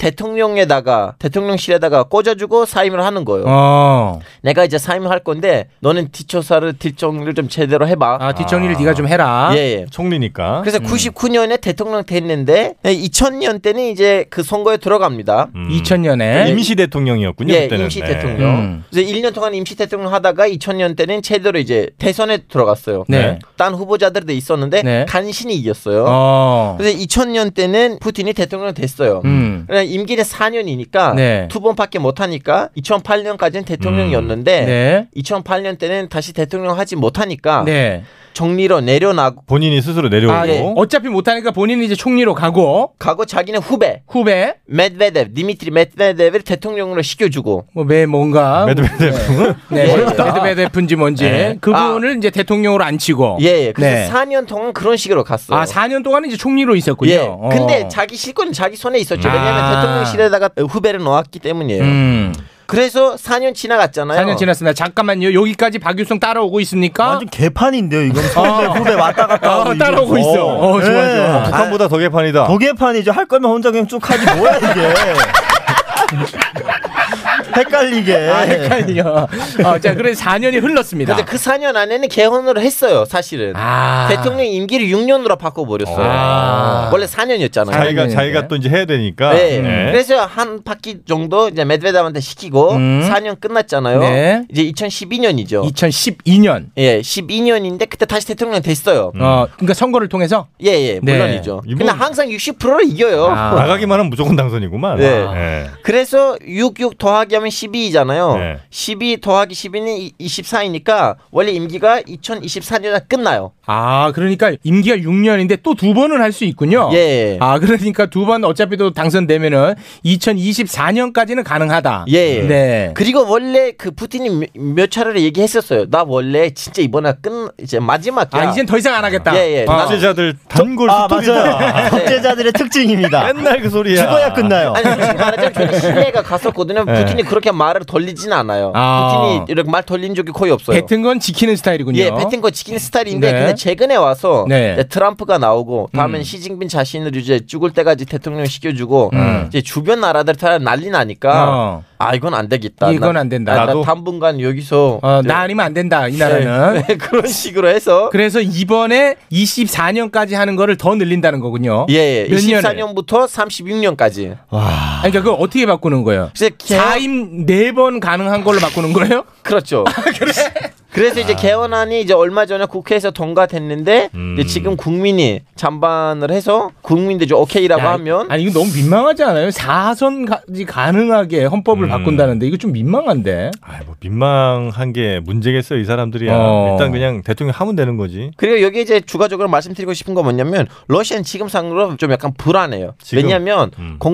Speaker 12: 대통령에다가 대통령실에다가 꽂아주고 사임을 하는 거예요.
Speaker 10: 어.
Speaker 12: 내가 이제 사임을 할 건데 너는 뒷조사를 뒷정리를 좀 제대로 해봐.
Speaker 10: 아 뒷정리를 네가 좀 해라.
Speaker 12: 예, 예.
Speaker 11: 아? 총리니까. 음.
Speaker 12: 그래서 99년에 대통령 됐는데 2000년 때는 이제 그 선거에 들어갑니다.
Speaker 10: 2000년에
Speaker 11: 음. 네. 그러니까 임시 대통령이었군요.
Speaker 12: 네. 예,
Speaker 11: 그때는.
Speaker 12: 임시
Speaker 11: 네.
Speaker 12: 대통령.
Speaker 11: 음.
Speaker 12: 그래서 1년 동안 임시 대통령 하다가 2000년 때는 제대로 이제 대선에 들어갔어요.
Speaker 11: 네.
Speaker 12: 딴 후보자들도 있었는데
Speaker 11: 네.
Speaker 12: 간신히 이겼어요.
Speaker 10: 어.
Speaker 12: 그래서 2000년 때는 푸틴이 대통령 됐어요.
Speaker 10: 음.
Speaker 12: 그냥 임기는 4년이니까
Speaker 10: 네.
Speaker 12: 두 번밖에 못 하니까 2008년까지는 대통령이었는데
Speaker 10: 음. 네.
Speaker 12: 2008년 때는 다시 대통령 하지 못하니까
Speaker 10: 네.
Speaker 12: 정리로 내려나고
Speaker 11: 본인이 스스로
Speaker 10: 아, 예. 어차피 못하니까 본인이 이제 총리로 가고
Speaker 12: 가고 자기는 후배
Speaker 10: 후배
Speaker 12: 메드베데브 디미트리 메드베데브를 대통령으로 시켜주고
Speaker 10: 뭐 매 뭔가
Speaker 11: 메드베데프
Speaker 10: 네.
Speaker 12: 예, 예.
Speaker 10: 메드베데프인지 뭔지
Speaker 12: 네.
Speaker 10: 그분을 이제 대통령으로 안 치고
Speaker 12: 예, 예.
Speaker 10: 네.
Speaker 12: 그래서 4년 동안 그런 식으로 갔어요.
Speaker 10: 아 4년 동안은 이제 총리로 있었군요.
Speaker 12: 예.
Speaker 10: 어.
Speaker 12: 근데 자기 실권은 자기 손에 있었죠. 왜냐하면
Speaker 10: 아.
Speaker 12: 대통령실에다가 후배를 놓았기 때문이에요.
Speaker 10: 음.
Speaker 12: 그래서 4년 지나갔잖아요.
Speaker 10: 4년 지났습니다. 잠깐만요. 여기까지 박유성 따라오고 있습니까? 완전
Speaker 13: 개판인데요,
Speaker 10: 아,
Speaker 13: 이건. 선배, 후배 왔다 갔다 하고
Speaker 10: 어, 따라오고
Speaker 13: 이거.
Speaker 10: 있어. 어, 좋아,
Speaker 13: 네.
Speaker 10: 좋아.
Speaker 13: 아,
Speaker 11: 북한보다 더 개판이다.
Speaker 13: 도개판이죠. 할 거면 혼자 그냥 쭉 하지 뭐야 이게. 헷갈리게.
Speaker 10: 아, 헷갈려. 어, 자, 그래서 4년이 흘렀습니다.
Speaker 12: 근데 그 4년 안에는 개헌으로 했어요, 사실은.
Speaker 10: 아.
Speaker 12: 대통령 임기를 6년으로 바꿔버렸어요.
Speaker 11: 아.
Speaker 12: 원래 4년이었잖아요.
Speaker 11: 자기가 자기가 또 이제 해야 되니까.
Speaker 12: 네. 그래서 한 바퀴 정도 이제 메드베데브한테 시키고
Speaker 11: 음.
Speaker 12: 4년 끝났잖아요.
Speaker 11: 네.
Speaker 12: 이제 2012년이죠.
Speaker 10: 2012년.
Speaker 12: 예, 12년인데 그때 다시 대통령 됐어요.
Speaker 10: 어, 그러니까 선거를 통해서
Speaker 12: 예, 예,
Speaker 10: 네.
Speaker 12: 물론이죠.
Speaker 10: 이분-
Speaker 12: 근데 항상 60%를 이겨요.
Speaker 11: 아. 나가기만 하면 무조건 당선이구만.
Speaker 12: 네.
Speaker 11: 네.
Speaker 12: 그래서 66 더하기 하면 12이잖아요.
Speaker 11: 네.
Speaker 12: 12 더하기 12는 24이니까 원래 임기가 2024년에 끝나요.
Speaker 10: 아, 그러니까 임기가 6년인데 또 두 번은 할 수 있군요.
Speaker 12: 예.
Speaker 10: 아, 그러니까 두 번 어차피도 당선되면은 2024년까지는 가능하다.
Speaker 12: 예.
Speaker 10: 네.
Speaker 12: 그리고 원래 그 푸틴이 몇, 몇 차례를 얘기했었어요. 나 원래 진짜 이번에 끝 이제 마지막이야.
Speaker 10: 아, 이젠 더 이상 안 하겠다.
Speaker 12: 예, 예.
Speaker 10: 아.
Speaker 12: 나는-
Speaker 11: 독재자들 단골
Speaker 13: 아
Speaker 11: 스토리다.
Speaker 13: 맞아요. 독재자들의 특징입니다.
Speaker 11: 맨날 그 소리야.
Speaker 13: 죽어야 끝나요.
Speaker 12: 아니 솔직히 말하자면 저는 신뢰가 갔었거든요.
Speaker 11: 네.
Speaker 12: 푸틴이 그렇게 말을 돌리진 않아요.
Speaker 10: 아.
Speaker 12: 푸틴이 이렇게 말 돌린 적이 거의 없어요.
Speaker 10: 뱉은 건 지키는 스타일이군요.
Speaker 12: 예, 뱉은 거 지키는 스타일인데
Speaker 10: 네.
Speaker 12: 근데 최근에 와서
Speaker 10: 네.
Speaker 12: 이제 트럼프가 나오고 다음엔
Speaker 10: 음.
Speaker 12: 시진핑 자신을 이제 죽을 때까지 대통령 시켜주고
Speaker 10: 음.
Speaker 12: 이제 주변 나라들 다 난리 나니까
Speaker 10: 어.
Speaker 12: 아 이건 안 되겠다.
Speaker 10: 이건
Speaker 12: 나-
Speaker 10: 안 된다.
Speaker 12: 나,
Speaker 10: 나도.
Speaker 12: 나 당분간 여기서
Speaker 10: 어, 나 아니면 안 된다 이 나라는
Speaker 12: 예, 그런 식으로 해서
Speaker 10: 그래서 이번에 24년까지 하는 거를 더 늘린다는 거군요.
Speaker 12: 예, 예.
Speaker 10: 어? 몇 년을?
Speaker 12: 24년부터 36년까지.
Speaker 10: 아니, 그러니까 그걸 어떻게 바꾸는 거예요? 4임 4번 가능한 걸로 바꾸는 거예요? 아,
Speaker 12: 그렇죠. 그래서 이제 개헌안이 이제 얼마 전에 국회에서 통과됐는데
Speaker 10: 음.
Speaker 12: 이제 지금 국민이 찬반을 해서 국민들이 이제 오케이라고
Speaker 10: 야,
Speaker 12: 하면
Speaker 10: 아니 이거 너무 민망하지 않아요? 4선까지 가능하게
Speaker 12: 음.
Speaker 10: 헌법을 바꾼다는데 이거 좀 민망한데.
Speaker 11: 뭐 민망한 게 문제겠어 이 사람들이야.
Speaker 10: 어.
Speaker 11: 일단 그냥 대통령 하면 되는 거지.
Speaker 12: 그리고 여기 이제 추가적으로 말씀드리고 싶은 건 뭐냐면 러시아는 지금 상으로 좀 약간 불안해요.
Speaker 11: 지금? 음.
Speaker 12: 왜냐하면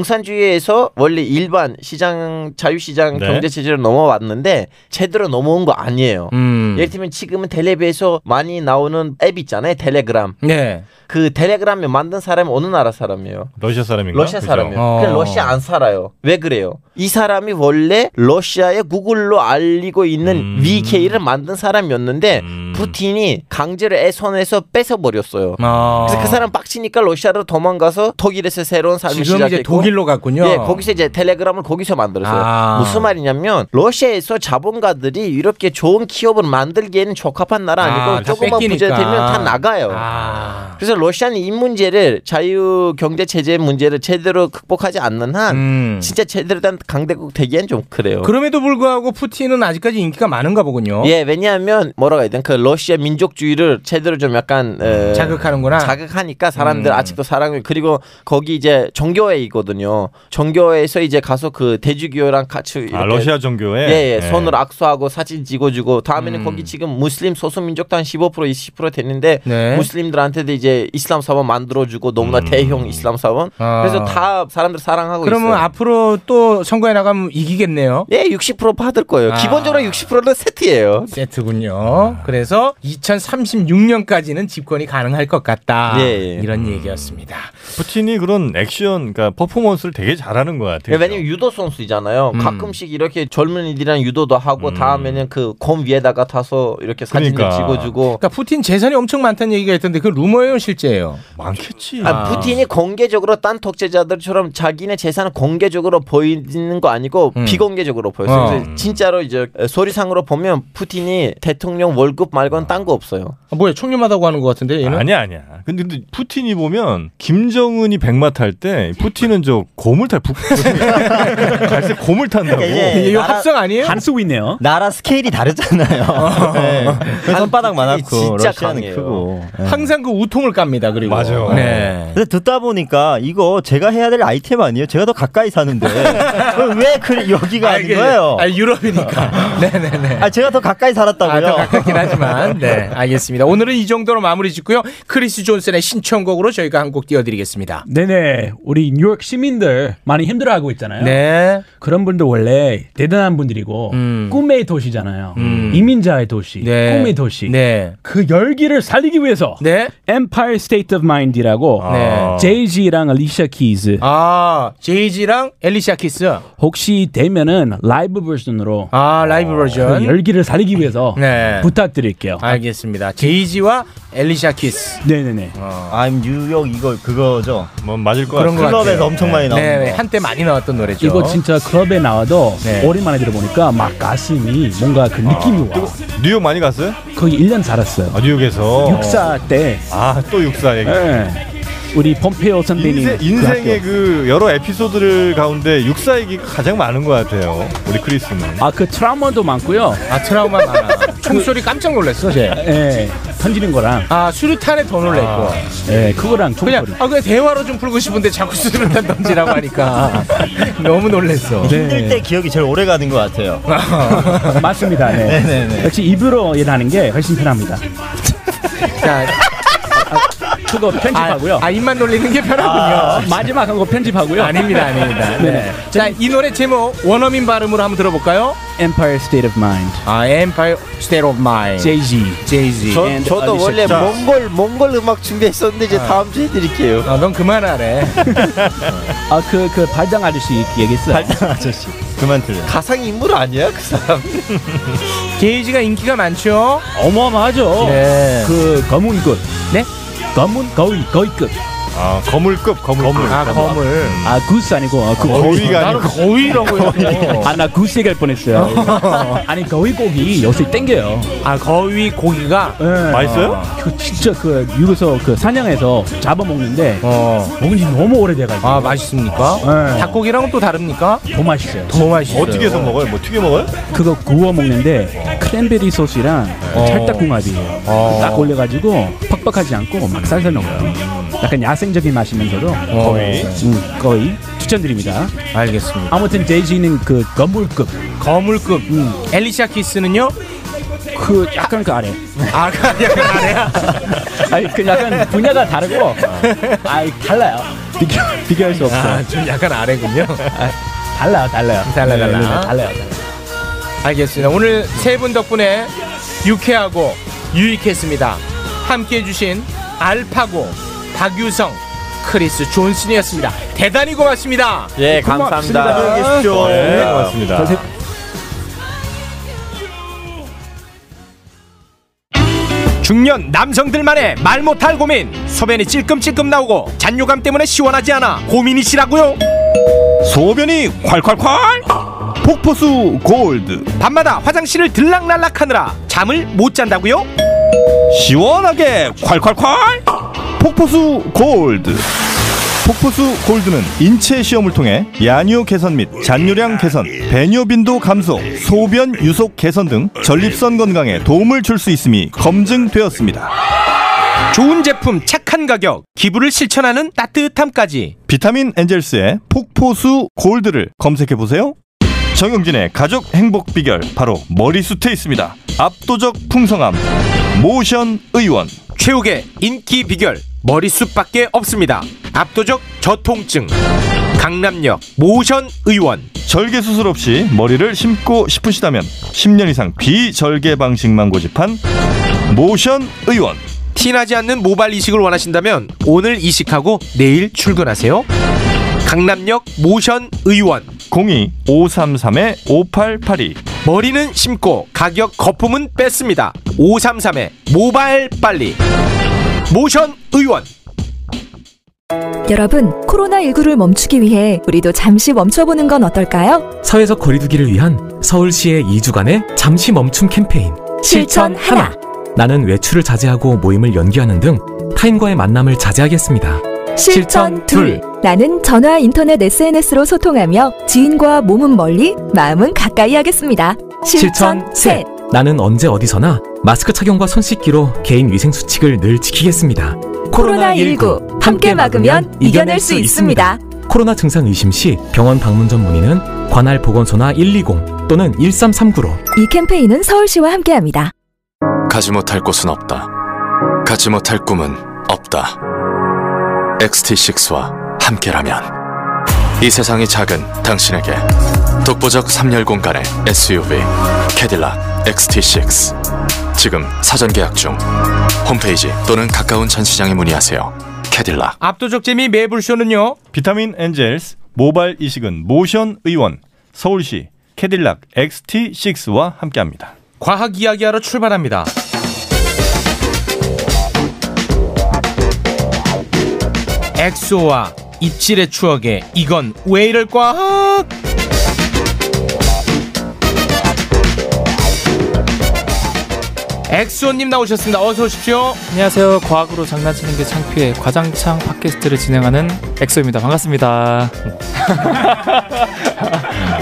Speaker 12: 공산주의에서 원래 일반 시장 자유시장
Speaker 11: 네.
Speaker 12: 경제 체제로 넘어왔는데 제대로 넘어온 거 아니에요.
Speaker 10: 음.
Speaker 12: 예를 들면 지금은 텔레비에서 많이 나오는 앱 있잖아요. 텔레그램.
Speaker 11: 음.
Speaker 10: 네.
Speaker 12: 그 텔레그램을 만든 사람이 어느 나라 사람이에요?
Speaker 11: 러시아 사람인가?
Speaker 12: 러시아
Speaker 11: 그죠?
Speaker 12: 사람이에요.
Speaker 10: 어.
Speaker 12: 그냥 러시아 안 살아요. 왜 그래요? 이 사람이 원래 러시아의 구글로 알리고 있는
Speaker 10: 음.
Speaker 12: VK를 만든 사람이었는데 푸틴이 강제로 애선에서 뺏어버렸어요.
Speaker 10: 아.
Speaker 12: 그래서 그 사람 빡치니까 러시아로 도망가서 독일에서 새로운 삶을
Speaker 10: 지금
Speaker 12: 시작했고
Speaker 10: 이제 독일로 갔군요.
Speaker 12: 예, 거기서 이제 텔레그램을 거기서 만들었어요.
Speaker 10: 아.
Speaker 12: 무슨 말이냐면 러시아에서 자본가들이 이렇게 좋은 기업을 만들기에는 적합한 나라 아니고
Speaker 10: 아, 다
Speaker 12: 조금만
Speaker 10: 뺏기니까. 아.
Speaker 12: 부재되면 다 나가요. 그래서 러시아는 이 문제를 자유 경제 체제 문제를 제대로 극복하지 않는 한 진짜 제대로 된 강대국 되기엔 좀 음. 그래요.
Speaker 10: 그럼에도 불구하고 푸틴은 아직까지 인기가 많은가 보군요.
Speaker 12: 예, 왜냐하면 뭐라고 해야 되나 그 러시아 민족주의를 제대로 좀 약간 에,
Speaker 10: 자극하는구나.
Speaker 12: 자극하니까 사람들
Speaker 10: 음.
Speaker 12: 아직도 사랑을 그리고 거기 이제 종교회이거든요. 종교회에서 이제 가서 그 대주교랑 같이 이렇게
Speaker 11: 아, 러시아 종교에?
Speaker 12: 예, 예,
Speaker 11: 네.
Speaker 12: 손을 악수하고 사진 찍어주고 다음에는
Speaker 11: 음.
Speaker 12: 거기 지금 무슬림 소수 민족도 한 15% 20% 됐는데
Speaker 11: 네.
Speaker 12: 무슬림들한테도 이제 이슬람 사원 만들어주고 너무나 대형 이슬람 사원
Speaker 10: 아.
Speaker 12: 그래서 다 사람들 사랑하고
Speaker 10: 그러면
Speaker 12: 있어요.
Speaker 10: 앞으로 또 선거에 나가면 이기겠네요. 아.
Speaker 12: 예, 60% 받을 거예요. 기본적으로 60%는 세트예요. 아.
Speaker 10: 세트군요. 그래서 2036년까지는 집권이 가능할 것 같다.
Speaker 12: 예,
Speaker 10: 이런
Speaker 12: 음.
Speaker 10: 얘기였습니다.
Speaker 11: 푸틴이 그런 액션, 그러니까 퍼포먼스를 되게 잘하는 것 같아요.
Speaker 12: 예, 왜냐면 유도 선수이잖아요.
Speaker 11: 음.
Speaker 12: 가끔씩 이렇게 젊은이들이랑 유도도 하고 다음에는 그 곰 위에다가 타서 이렇게 사진을 찍어주고.
Speaker 10: 그러니까 푸틴 재산이 엄청 많다는 얘기가 있던데 그 루머예요, 실제예요?
Speaker 11: 많겠지.
Speaker 12: 아, 푸틴이 공개적으로 딴 독재자들처럼 자기네 재산을 공개적으로 보이는 거 아니고
Speaker 10: 음.
Speaker 12: 비공개적으로 보였어요.
Speaker 10: 어.
Speaker 12: 그래서 진짜로 이제 소리상으로 보면 푸틴이 대통령 월급 말건 딴 거 없어요.
Speaker 10: 아. 뭐야, 총렴하다고 하는 것 같은데 얘는?
Speaker 11: 아니야 아니야. 근데, 근데 푸틴이 보면 김정은이 백마 탈 때 푸틴은 저 곰을 탈 북. 갈색 곰을 탄다고.
Speaker 13: 이게 이거 나라- 합성
Speaker 10: 아니에요?
Speaker 14: 안 쓰고 있네요.
Speaker 13: 나라 스케일이 다르잖아요. 네. 손바닥만 하고
Speaker 10: 진짜
Speaker 13: 러시아는
Speaker 10: 강해요.
Speaker 13: 크고. 네.
Speaker 10: 항상 그 우통을 깝니다. 그리고 맞아요. 네.
Speaker 13: 근데 듣다 보니까 이거 제가 해야 될 아이템 아니에요? 제가 더 가까이 사는데 왜 그, 여기가 아닌 거예요?
Speaker 10: 아, 유럽이니까. 네네네.
Speaker 13: 아 제가 더 가까이 살았다고요?
Speaker 10: 아, 더 가깝긴 하지만 네 알겠습니다. 오늘은 이 정도로 마무리 짓고요. 크리스 존슨의 신청곡으로 저희가 한 곡 띄워드리겠습니다.
Speaker 14: 네네. 우리 뉴욕 시민들 많이 힘들어하고 있잖아요.
Speaker 10: 네. 음.
Speaker 14: 그런 분들 원래 대단한 분들이고 꿈의 도시잖아요. 이민자의 도시,
Speaker 10: 네.
Speaker 14: 꿈의 도시.
Speaker 10: 네.
Speaker 14: 그 열기를 살리기 위해서 Empire State of Mind이라고
Speaker 10: 네.
Speaker 14: 제이지랑 알리샤 키즈
Speaker 10: 아 제이지랑 엘리샤 키스.
Speaker 14: 혹시 되면은 라이브 버전으로
Speaker 10: 아 라이브 버전.
Speaker 14: 그 열기를 살리기 위해서
Speaker 10: 네.
Speaker 14: 부탁드릴게요.
Speaker 10: 알겠습니다. 제이지와 엘리샤 키스. 어.
Speaker 14: 네네네.
Speaker 13: I'm 뉴욕 이거 그거죠.
Speaker 11: 뭐 맞을 것
Speaker 10: 그런 같아요. 것
Speaker 13: 클럽에서
Speaker 10: 같아요.
Speaker 13: 엄청 많이 나오는
Speaker 10: 네,
Speaker 13: 거.
Speaker 10: 한때 많이 나왔던 노래죠.
Speaker 14: 이거 진짜 클럽에 나와도
Speaker 10: 그렇죠. 네.
Speaker 14: 오랜만에 들어보니까 막 가슴이 뭔가 그 느낌이
Speaker 10: 아.
Speaker 14: 와.
Speaker 11: 뉴욕 많이 갔어요?
Speaker 14: 거기 1년 살았어요.
Speaker 11: 아, 뉴욕에서
Speaker 14: 육사 때.
Speaker 11: 아 또 육사 얘기.
Speaker 14: 네. 우리 폼페오 선배님
Speaker 11: 인생,
Speaker 14: 그
Speaker 11: 인생의
Speaker 14: 학교.
Speaker 11: 그 여러 에피소드를 가운데 육사 얘기가 가장 많은 것 같아요. 우리 크리스는.
Speaker 14: 아 그 트라우마도 많고요.
Speaker 10: 아 트라우마 많아. 총소리 깜짝 놀랐어, 쟤.
Speaker 14: 예. 던지는 거랑.
Speaker 10: 아 수류탄에 더 놀랬고.
Speaker 14: 예, 그거랑
Speaker 10: 그냥
Speaker 14: 총소리.
Speaker 10: 아 그냥 대화로 좀 풀고 싶은데 자꾸 수류탄 던지라고 하니까 너무 놀랬어.
Speaker 13: 힘들 때 기억이 제일 오래 가는 것 같아요.
Speaker 14: 네. 맞습니다. 네.
Speaker 13: 네네네.
Speaker 14: 역시 입으로 일하는 게 훨씬 편합니다.
Speaker 10: 자,
Speaker 14: 아, 그거 편집하고요.
Speaker 10: 아, 아, 입만 놀리는 게 편하군요.
Speaker 14: 아, 마지막 한 거 편집하고요.
Speaker 10: 아닙니다, 아닙니다. 네.
Speaker 14: 네.
Speaker 10: 자, 이 노래 제목 원어민 발음으로 한번 들어볼까요?
Speaker 14: Empire State of Mind.
Speaker 10: 아, Empire State of Mind.
Speaker 14: Jay-Z.
Speaker 10: Jay-Z.
Speaker 12: 저, 저도 원래 몽골 몽골 음악 준비했었는데 이제 다음 주에 드릴게요.
Speaker 10: 아, 넌 아. 그만하래.
Speaker 14: 네. 아, 그, 그 발장 아저씨 얘기했어요.
Speaker 13: 발장 아저씨. 그만 들려.
Speaker 12: 가상 인물 아니야 그 사람?
Speaker 10: 게이지가 인기가 많죠.
Speaker 14: 어마어마하죠.
Speaker 10: 네.
Speaker 14: 그 검은 끝.
Speaker 10: 네?
Speaker 14: 검은 거의 거의 끝.
Speaker 11: 아 거물급 거물. 거물.
Speaker 10: 아, 거물.
Speaker 14: 아 구스 아니고 어, 그
Speaker 10: 아, 거위가 나는 아니고. 거위라고 해서.
Speaker 14: 아나 구스 얘기할 뻔했어요. 아니 그 거위 고기 요새 땡겨요.
Speaker 10: 아 거위 고기가
Speaker 11: 맛있어요?
Speaker 14: 그 진짜 그 유로서 그 사냥해서 잡아 먹는데 먹은지 너무 오래돼가지고.
Speaker 10: 어.
Speaker 14: 네.
Speaker 10: 아 맛있습니까? 닭고기랑은 또 다릅니까?
Speaker 14: 더 맛있어요.
Speaker 10: 더 맛있어요.
Speaker 11: 어떻게 해서 먹어요? 뭐 튀겨 먹어요?
Speaker 14: 그거 구워 먹는데 크랜베리 소스랑
Speaker 11: 어.
Speaker 14: 찰떡궁합이에요.
Speaker 11: 어.
Speaker 14: 딱 올려가지고 퍽퍽하지 않고 막 살살 먹어요. 약간 야생적인 맛이면서도
Speaker 10: 거의.
Speaker 14: 음, 거의 추천드립니다.
Speaker 10: 알겠습니다.
Speaker 14: 아무튼 데이지는 그 건물급 음.
Speaker 10: 거물급 엘리샤 키스는요?
Speaker 14: 그 약간 그 아래
Speaker 10: 아 약간 아래야?
Speaker 14: 아니 그 약간 분야가 다르고 아 달라요 비교, 비교할 수 없어
Speaker 10: 아, 좀 약간 아래군요.
Speaker 14: 달라요 달라요
Speaker 10: 달라
Speaker 14: 네,
Speaker 10: 달라
Speaker 14: 네, 네, 달라요
Speaker 10: 알겠습니다. 오늘 세 분 덕분에 유쾌하고 유익했습니다. 함께 해주신 알파고, 박유성, 크리스 존슨이었습니다. 대단히 고맙습니다.
Speaker 12: 예, 감사합니다. 안녕히 계십시오.
Speaker 11: 네, 고맙습니다.
Speaker 10: 자세- 중년 남성들만의 말 못할 고민 소변이 찔끔찔끔 나오고 잔뇨감 때문에 시원하지 않아 고민이시라고요?
Speaker 15: 소변이 콸콸콸 폭포수 골드
Speaker 10: 밤마다 화장실을 들락날락하느라 잠을 못 잔다고요?
Speaker 15: 시원하게 콸콸콸
Speaker 11: 폭포수 골드. 폭포수 골드는 인체 시험을 통해 야뇨 개선 및 잔뇨량 개선, 배뇨 빈도 감소, 소변 유속 개선 등 전립선 건강에 도움을 줄 수 있음이 검증되었습니다.
Speaker 10: 좋은 제품 착한 가격 기부를 실천하는 따뜻함까지
Speaker 11: 비타민 엔젤스의 폭포수 골드를 검색해 보세요. 정영진의 가족 행복 비결 바로 머리숱에 있습니다. 압도적 풍성함 모션 의원
Speaker 10: 최욱의 인기 비결 머리숱밖에 없습니다. 압도적 저통증 강남역 모션 의원
Speaker 11: 절개 수술 없이 머리를 심고 싶으시다면 10년 이상 비절개 방식만 고집한 모션 의원
Speaker 10: 티나지 않는 모발 이식을 원하신다면 오늘 이식하고 내일 출근하세요. 강남역 모션 의원
Speaker 11: 02 533의 5882
Speaker 10: 머리는 심고 가격 거품은 뺐습니다. 533의 모발 빨리 모션 의원
Speaker 16: 여러분, 코로나19를 멈추기 위해 우리도 잠시 멈춰보는 건 어떨까요?
Speaker 17: 사회적 거리두기를 위한 서울시의 2주간의 잠시 멈춤 캠페인
Speaker 16: 실천 하나.
Speaker 17: 나는 외출을 자제하고 모임을 연기하는 등 타인과의 만남을 자제하겠습니다.
Speaker 16: 실천 둘. 나는 전화, 인터넷, SNS로 소통하며 지인과 몸은 멀리, 마음은 가까이 하겠습니다. 실천 셋.
Speaker 17: 나는 언제 어디서나 마스크 착용과 손 씻기로 개인 위생 수칙을 늘 지키겠습니다.
Speaker 16: 코로나19 함께 막으면 이겨낼 수 있습니다.
Speaker 17: 코로나 증상 의심 시 병원 방문 전 문의는 관할 보건소나 120 또는 1339로
Speaker 16: 이 캠페인은 서울시와 함께합니다.
Speaker 18: 가지 못할 곳은 없다. 가지 못할 꿈은 없다. XT6와 함께라면 이 세상이 작은 당신에게 독보적 3열 공간의 SUV 캐딜락 XT6 지금 사전 계약 중 홈페이지 또는 가까운 전시장에 문의하세요. 캐딜락
Speaker 10: 압도적 재미 매불쇼는요
Speaker 11: 비타민 엔젤스 모발 이식은 모션 의원 서울시 캐딜락 XT6와 함께합니다.
Speaker 10: 과학 이야기하러 출발합니다. 엑소와 입질의 추억에 이건 왜 이럴까? 엑소님 나오셨습니다. 어서 오십시오.
Speaker 19: 안녕하세요. 과학으로 장난치는 게 창피해 과장창 팟캐스트를 진행하는 엑소입니다. 반갑습니다.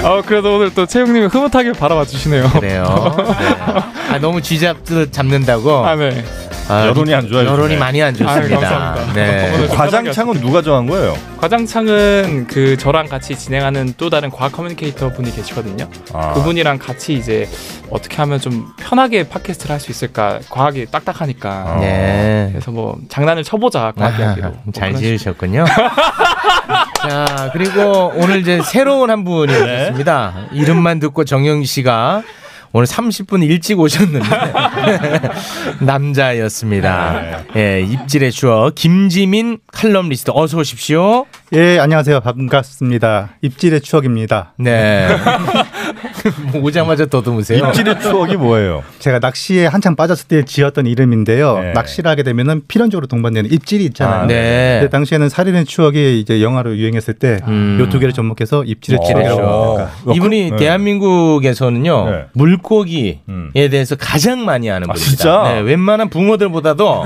Speaker 19: 어, 그래도 오늘 또 채용님이 흐뭇하게 바라봐 주시네요.
Speaker 10: 그래요. 아, 너무 쥐잡 잡는다고. 아,
Speaker 19: 네.
Speaker 11: 여론이 안 좋아요.
Speaker 10: 여론이
Speaker 11: 요즘에.
Speaker 10: 많이 안 좋습니다.
Speaker 19: 아유, 감사합니다.
Speaker 10: 네.
Speaker 11: 과장창은 누가 정한 거예요?
Speaker 19: 과장창은 그 저랑 같이 진행하는 또 다른 과학 커뮤니케이터 분이 계시거든요.
Speaker 11: 아.
Speaker 19: 그분이랑 같이 이제 어떻게 하면 좀 편하게 팟캐스트를 할 수 있을까? 과학이 딱딱하니까.
Speaker 10: 네.
Speaker 19: 어. 그래서 뭐 장난을 쳐보자 과학 이야기로. 뭐
Speaker 10: 아, 잘
Speaker 19: 그런
Speaker 10: 지으셨군요. 자 그리고 오늘 이제 새로운 한 분이 오셨습니다. 이름만 듣고 정영 씨가 오늘 30분 일찍 오셨는데 남자였습니다. 예, 입질의 추억 김지민 칼럼리스트 어서 오십시오.
Speaker 20: 예, 안녕하세요. 반갑습니다. 입질의 추억입니다.
Speaker 10: 네. 뭐 오자마자 더듬으세요.
Speaker 11: 입질의 추억이 뭐예요?
Speaker 20: 제가 낚시에 한창 빠졌을 때 지었던 이름인데요.
Speaker 11: 네.
Speaker 20: 낚시를 하게 되면은 필연적으로 동반되는 입질이 있잖아요.
Speaker 10: 아, 네.
Speaker 20: 근데 당시에는 살인의 추억이 이제 영화로 유행했을 때 요 두 개를 접목해서
Speaker 11: 어,
Speaker 20: 입질의
Speaker 11: 그렇죠.
Speaker 20: 추억이라고 합니다.
Speaker 10: 음.
Speaker 11: 그,
Speaker 10: 이분이
Speaker 20: 네.
Speaker 10: 대한민국에서는요 물고기에 대해서 가장 많이 아는 분입니다.
Speaker 11: 진짜?
Speaker 10: 네, 웬만한 붕어들보다도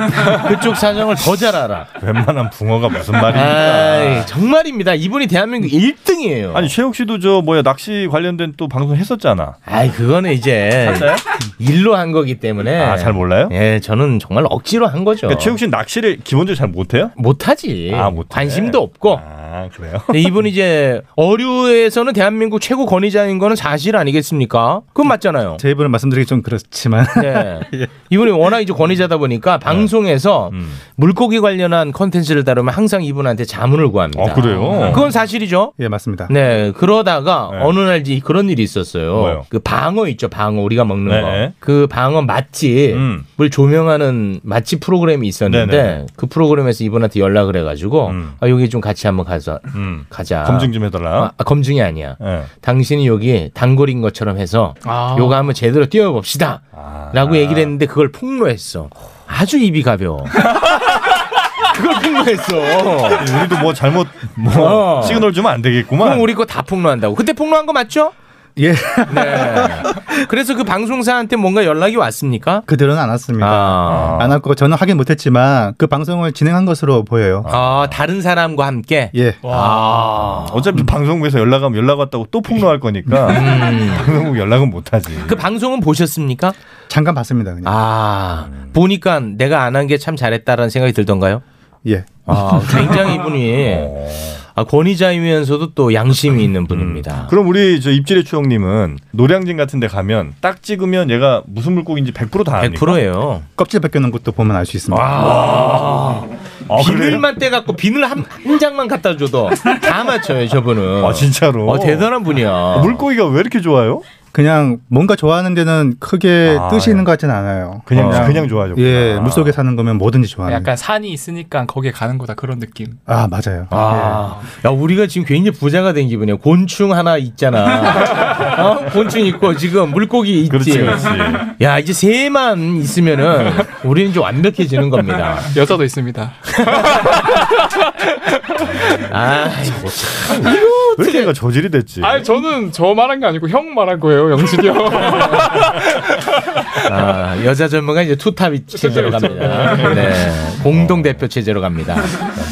Speaker 10: 그쪽 사정을 더 잘 알아.
Speaker 11: 웬만한 붕어가 무슨
Speaker 10: 아이,
Speaker 11: 말입니까?
Speaker 10: 정말입니다. 이분이 대한민국 1등이에요.
Speaker 11: 아니 최욱 씨도 저 뭐야 낚시 관련된 또 방송 했었잖아.
Speaker 10: 아이 그거는 이제
Speaker 11: 맞아요?
Speaker 10: 일로 한 거기 때문에
Speaker 11: 아, 잘 몰라요?
Speaker 10: 예, 저는 정말 억지로 한 거죠.
Speaker 11: 그러니까 최욱 씨는 낚시를 기본적으로 잘 못해요?
Speaker 10: 못하지.
Speaker 11: 아, 못해.
Speaker 10: 관심도 없고.
Speaker 11: 아 그래요?
Speaker 10: 근데 이분 이제 어류에서는 대한민국 최고 권위자인 거는 사실 아니겠습니까? 그건 맞잖아요.
Speaker 20: 제 입으로 말씀드리기 좀 그렇지만 예. 네.
Speaker 10: 네. 이분이 워낙 이제 권위자다 보니까 방송에서
Speaker 20: 음.
Speaker 10: 물고기 관련한 컨텐츠를 다루면 항상 이분한테 자문을 구합니다.
Speaker 20: 아, 그래요?
Speaker 10: 그건 사실이죠.
Speaker 20: 예 맞습니다.
Speaker 10: 네, 그러다가 어느 날 이제 그런 일이 있었어요.
Speaker 20: 뭐요?
Speaker 10: 그 방어 있죠, 방어 우리가 먹는
Speaker 20: 네.
Speaker 10: 거. 그 방어 맛집을 조명하는 맛집 프로그램이 있었는데
Speaker 11: 음. 네네. 음.
Speaker 10: 그 프로그램에서 이분한테 연락을 해가지고 아, 여기 좀 같이 한번 가서 가자.
Speaker 11: 검증 좀 네. 해달라.
Speaker 10: 아, 아, 검증이 아니야. 당신이 여기 단골인 것처럼 해서
Speaker 11: 아.
Speaker 10: 요거 한번 제대로 뛰어봅시다. 라고 얘기를 했는데 그걸 폭로했어. 아주 입이 가벼워. 그걸 폭로했어.
Speaker 11: 우리도 뭐 잘못 뭐
Speaker 10: 어.
Speaker 11: 시그널 주면 안 되겠구만.
Speaker 10: 그럼 우리 거 다 폭로한다고. 그때 폭로한 거 맞죠? 네.
Speaker 20: 예.
Speaker 10: 그래서 그 방송사한테 뭔가 연락이 왔습니까?
Speaker 20: 그들은 안 왔습니다.
Speaker 10: 아.
Speaker 20: 안 왔고 저는 확인 못했지만 그 방송을 진행한 것으로 보여요.
Speaker 10: 아, 다른 사람과 함께. 아.
Speaker 20: 예.
Speaker 10: 와.
Speaker 11: 어차피 방송국에서 연락하면 연락 왔다고 또 폭로할 거니까 방송국 연락은 못하지.
Speaker 10: 음. 그 방송은 보셨습니까?
Speaker 20: 잠깐 봤습니다. 그냥.
Speaker 10: 아, 보니까 내가 안 한 게 참 잘했다라는 생각이 들던가요?
Speaker 20: 예.
Speaker 10: 아, 굉장히 이분이
Speaker 11: 어.
Speaker 10: 아, 권위자이면서도 또 양심이 있는 분입니다.
Speaker 11: 음. 그럼 우리 저 입질의 추억님은 노량진 같은 데 가면 딱 찍으면 얘가 무슨 물고기인지 100%다 아니까
Speaker 10: 100%예요.
Speaker 20: 껍질 벗겨놓은 것도 보면 알 수 있습니다.
Speaker 10: 아.
Speaker 11: 아,
Speaker 10: 비늘만 떼갖고 비늘 한, 한 장만 갖다 줘도 다 맞춰요, 저분은. 아,
Speaker 11: 진짜로?
Speaker 10: 대단한 분이야.
Speaker 11: 물고기가 왜 이렇게 좋아요?
Speaker 20: 그냥 뭔가 좋아하는 데는 크게
Speaker 10: 예.
Speaker 11: 아,
Speaker 20: 뜻이 있는 것 같진 않아요.
Speaker 11: 그냥- 그냥 좋아하셨구나.
Speaker 20: 예, 물속에 사는 거면 뭐든지 좋아하는.
Speaker 19: 약간 산이 있으니까 거기에 가는 거다 그런 느낌.
Speaker 20: 아 맞아요.
Speaker 10: 아, 야 우리가 지금 굉장히 부자가 된 기분이야. 곤충 하나 있잖아. 어? 곤충 있고 지금 물고기 있지.
Speaker 19: 그렇지, 그렇지.
Speaker 10: 야 이제 새만 있으면은 우리는 좀 완벽해지는 겁니다.
Speaker 19: 여자도 있습니다.
Speaker 10: 아,
Speaker 11: 왜 이렇게 얘가 저질이 됐지?
Speaker 19: 아니 저는 저 말한 게 아니고 형 말한 거예요, 영진이 형.
Speaker 10: 아, 여자 전문가 이제 투탑 체제로 갑니다. 네, 공동 대표 체제로 갑니다.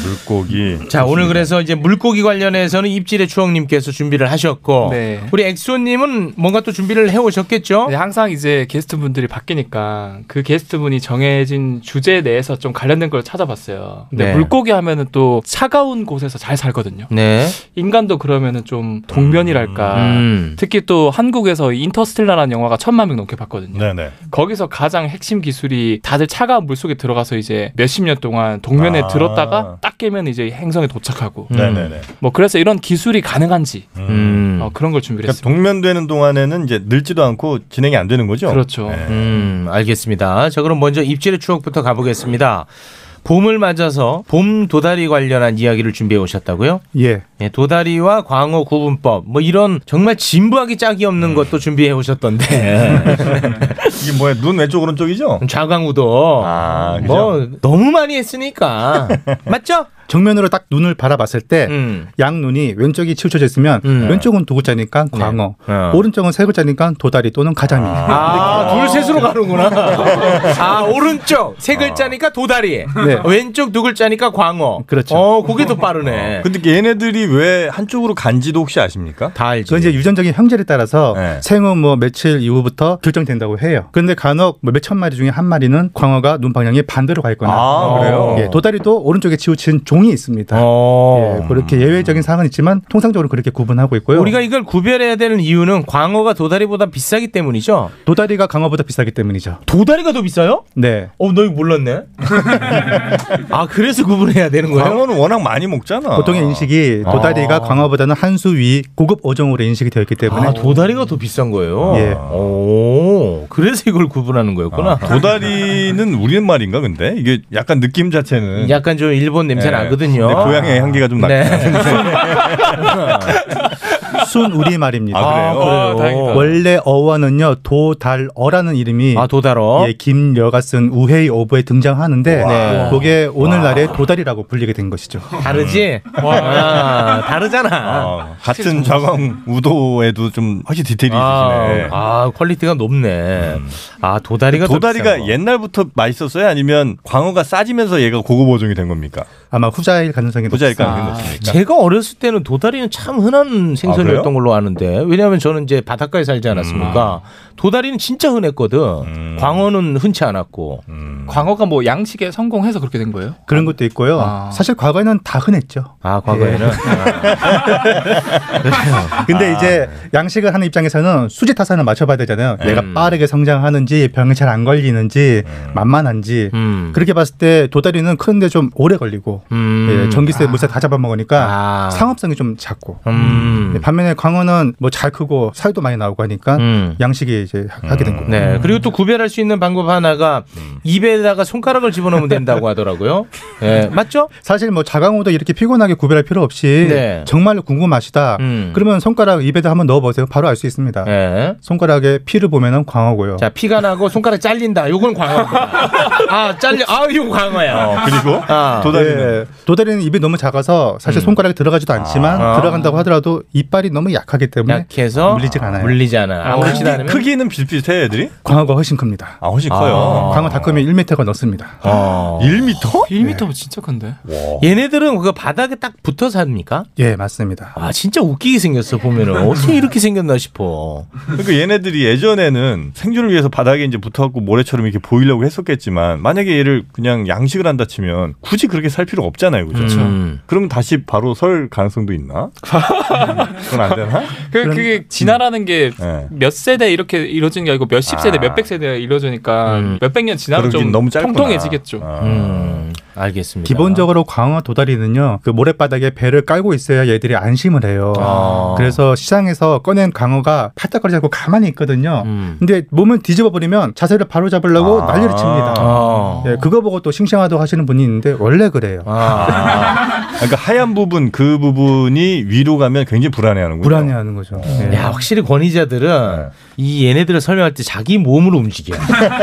Speaker 11: 물고기.
Speaker 10: 자 오늘 그래서 이제 물고기 관련해서는 입질의 추억님께서 준비를 하셨고
Speaker 19: 네.
Speaker 10: 우리 엑소님은 뭔가 또 준비를 해오셨겠죠?
Speaker 19: 네, 항상 이제 게스트분들이 바뀌니까 그 게스트분이 정해진 주제 내에서 좀 관련된 걸 찾아봤어요. 근데
Speaker 10: 네.
Speaker 19: 물고기 하면은 또 차가운 곳에서 잘 살거든요.
Speaker 10: 네.
Speaker 19: 인간도 그러면은 좀 동면이랄까.
Speaker 10: 음.
Speaker 19: 특히 또 한국에서 인터스텔라라는 영화가 천만 명 넘게 봤거든요.
Speaker 11: 네네.
Speaker 19: 거기서 가장 핵심 기술이 다들 차가운 물속에 들어가서 이제 몇십 년 동안 동면에
Speaker 11: 아.
Speaker 19: 들었다가 딱 깨면 이제 행성에 도착하고.
Speaker 11: 네네네.
Speaker 19: 뭐 그래서 이런 기술이 가능한지
Speaker 10: 음.
Speaker 19: 어, 그런 걸 준비를
Speaker 11: 그러니까
Speaker 19: 했습니다.
Speaker 11: 동면되는 동안에는 이제 늙지도 않고 진행이 안 되는 거죠? 네.
Speaker 19: 그렇죠.
Speaker 10: 음, 알겠습니다. 자, 그럼 먼저 입질의 추억부터 가보겠습니다. 봄을 맞아서 봄 도다리 관련한 이야기를 준비해 오셨다고요?
Speaker 20: 예.
Speaker 10: 예, 도다리와 광어 구분법 뭐 이런 정말 진부하기 짝이 없는 것도 준비해 오셨던데
Speaker 11: 음. 예. 이게 뭐야 눈 왼쪽 오른쪽이죠? 아,
Speaker 10: 좌광우도 뭐 너무 많이 했으니까 아, 맞죠? 음.
Speaker 20: 정면으로 딱 눈을 바라봤을 때 양 눈이 왼쪽이 치우쳐져 있으면 왼쪽은 두 글자니까 광어, 오른쪽은 세 글자니까 도다리 또는 가자미.
Speaker 10: 네. 아, 둘 셋으로 가는구나. 아, 오른쪽 세 글자니까 도다리.
Speaker 20: 네.
Speaker 10: 왼쪽 두 글자니까 광어. 그렇죠. 어, 그게 더 빠르네.
Speaker 11: 근데 얘네들이 왜 한쪽으로 간지도 혹시 아십니까? 네.
Speaker 10: 다 알죠.
Speaker 20: 그건 이제 유전적인 형제에 따라서 생후 뭐 며칠 이후부터 결정된다고 해요. 근데 간혹 뭐 몇천 마리 중에 한 마리는 광어가 눈 방향이 반대로 가 있거나
Speaker 11: 아, 그래요?
Speaker 20: 예, 도다리도 오른쪽에 치우친 종이 있습니다.
Speaker 11: 어.
Speaker 20: 예, 그렇게 예외적인 사항은 있지만 통상적으로 그렇게 구분하고 있고요.
Speaker 10: 우리가 이걸 구별해야 되는 이유는 광어가 도다리보다 비싸기 때문이죠.
Speaker 20: 도다리가 광어보다 비싸기 때문이죠.
Speaker 10: 도다리가 더 비싸요?
Speaker 20: 네.
Speaker 10: 어, 너 이거 몰랐네. 아, 그래서 구분해야 되는 거예요?
Speaker 11: 광어는 워낙 많이 먹잖아.
Speaker 20: 보통의 인식이 도다리가
Speaker 11: 아.
Speaker 20: 광어보다는 한 수 위 고급 어종으로 인식이 되어 있기 때문에
Speaker 10: 아, 도다리가 더 비싼 거예요.
Speaker 20: 예.
Speaker 10: 오, 그래서 이걸 구분하는 거였구나.
Speaker 11: 아, 도다리는 우리는 말인가 근데 이게 약간 느낌 자체는
Speaker 10: 약간 좀 일본 냄새
Speaker 11: 네.
Speaker 10: 나거든요.
Speaker 11: 네, 고향의 향기가 좀 나긴
Speaker 10: 네.
Speaker 20: 순 우리말입니다.
Speaker 10: 아, 그래요? 아, 다행이다.
Speaker 20: 원래 어원은요, 도달어라는 이름이
Speaker 10: 아, 도달어.
Speaker 20: 예, 김여가 쓴 우회의 오브에 등장하는데
Speaker 10: 네.
Speaker 20: 그게 오늘날의 도달이라고 불리게 된 것이죠. 음.
Speaker 10: 다르지?
Speaker 20: 와.
Speaker 10: 아, 다르잖아.
Speaker 11: 어, 같은 좌광 우도에도 좀 확실히 디테일이 있으시네. 예. 음.
Speaker 10: 아, 아, 퀄리티가 높네. 아, 도다리가 더 비싼
Speaker 11: 도다리가
Speaker 10: 거.
Speaker 11: 옛날부터 맛있었어요? 아니면 광어가 싸지면서 얘가 고급 보종이 된 겁니까?
Speaker 20: 아마 후자일 가능성이
Speaker 11: 후자일 가능성이
Speaker 10: 아,
Speaker 11: 높습니까? 아,
Speaker 10: 제가 어렸을 때는 도다리는 참 흔한
Speaker 11: 그래요?
Speaker 10: 생선이었던 걸로 아는데 왜냐하면 저는 이제 바닷가에 살지 않았습니까
Speaker 11: 음.
Speaker 10: 도다리는 진짜 흔했거든 광어는 흔치 않았고
Speaker 11: 음.
Speaker 19: 광어가 뭐 양식에 성공해서 그렇게 된 거예요?
Speaker 20: 그런 것도 있고요. 사실 과거에는 다 흔했죠.
Speaker 10: 아 과거에는 아.
Speaker 20: 예. 근데 이제 양식을 하는 입장에서는 수지 타산을 맞춰봐야 되잖아요.
Speaker 10: 음.
Speaker 20: 얘가 빠르게 성장하는지 병에 잘 안 걸리는지
Speaker 10: 음.
Speaker 20: 만만한지 그렇게 봤을 때 도다리는 크는데 좀 오래 걸리고
Speaker 10: 음.
Speaker 20: 예,
Speaker 10: 아.
Speaker 20: 전기세 물세 다 잡아먹으니까 상업성이 좀 작고
Speaker 10: 음.
Speaker 20: 예, 반면에 광어는 뭐 잘 크고 살도 많이 나오고 하니까 양식이 이제 하- 하게
Speaker 11: 아,
Speaker 20: 된
Speaker 11: 음.
Speaker 20: 거고.
Speaker 10: 음. 네 그리고 또 구별할 수 있는 방법 하나가 입에다가 손가락을 집어넣으면 된다고 하더라고요 예 맞죠?
Speaker 20: 사실 뭐 자강호도 이렇게 피곤하게 구별할 필요 없이
Speaker 10: 네. 음.
Speaker 20: 정말로 궁금하시다. 그러면 손가락 입에다 한번 넣어보세요. 바로 알 수 있습니다. 손가락에 피를 보면은 광어고요.
Speaker 10: 네. 자 피가 나고 손가락 잘린다 요건 광어입니다 아 잘려 아 이거 광어야 아, 예.
Speaker 11: 그리고
Speaker 20: 네. 도다리는 입이 너무 작아서 사실 손가락에 들어가지도 않지만
Speaker 10: 음. 아.
Speaker 20: 들어간다고 하더라도 이빨이 너무 약하기 때문에
Speaker 10: 약해서
Speaker 20: 물리지 않아요.
Speaker 10: 물리지 않아. 아무렇지도 않으면?
Speaker 11: 크기는 비슷비슷해 애들이?
Speaker 20: 광어가 훨씬 큽니다.
Speaker 11: 아 훨씬 아.
Speaker 10: 커요.
Speaker 20: 광어 다 크면 1m가 넘습니다.
Speaker 11: 1m?
Speaker 19: 1m면 어,
Speaker 11: 네.
Speaker 19: 진짜 큰데.
Speaker 10: 얘네들은 그거 바닥에 딱 붙어 삽니까?
Speaker 20: 예, 맞습니다.
Speaker 10: 아, 진짜 웃기게 생겼어, 보면은. 어떻게 이렇게 생겼나 싶어.
Speaker 11: 그러니까 얘네들이 예전에는 생존을 위해서 바닥에 이제 붙어갖고 모래처럼 이렇게 보이려고 했었겠지만 만약에 얘를 그냥 양식을 한다 치면 굳이 그렇게 살 필요 없잖아요, 그죠?
Speaker 10: 음.
Speaker 11: 그럼 다시 바로 설 가능성도 있나? 그건 안 되나? 음. 네.
Speaker 19: 그, 그게 진화라는 게 몇 세대 이렇게 이루어지는 게 아니고 몇십 세대,
Speaker 11: 아.
Speaker 19: 몇백 세대가 이루어지니까 몇백 년 지나면
Speaker 11: 그러긴
Speaker 19: 좀
Speaker 11: 너무 짧구나. 어.
Speaker 19: 통통해지겠죠.
Speaker 10: 음, 알겠습니다.
Speaker 20: 기본적으로 광어 도다리는요 그 모래바닥에 배를 깔고 있어야 얘들이 안심을 해요. 그래서 시장에서 꺼낸 광어가 팔딱거리지 않고 가만히 있거든요. 근데 몸을 뒤집어 버리면 자세를 바로 잡으려고 난리를 칩니다. 예, 그거 보고 또 싱싱하다고 하시는 분이 있는데 원래 그래요.
Speaker 11: 아. 그러니까 하얀 부분 그 부분이 위로 가면 굉장히 불안해하는군요.
Speaker 20: 불안해하는 거죠. 예.
Speaker 10: 야, 확실히 권위자들은 이 얘네들을 설명할 때 자기 몸으로 움직여.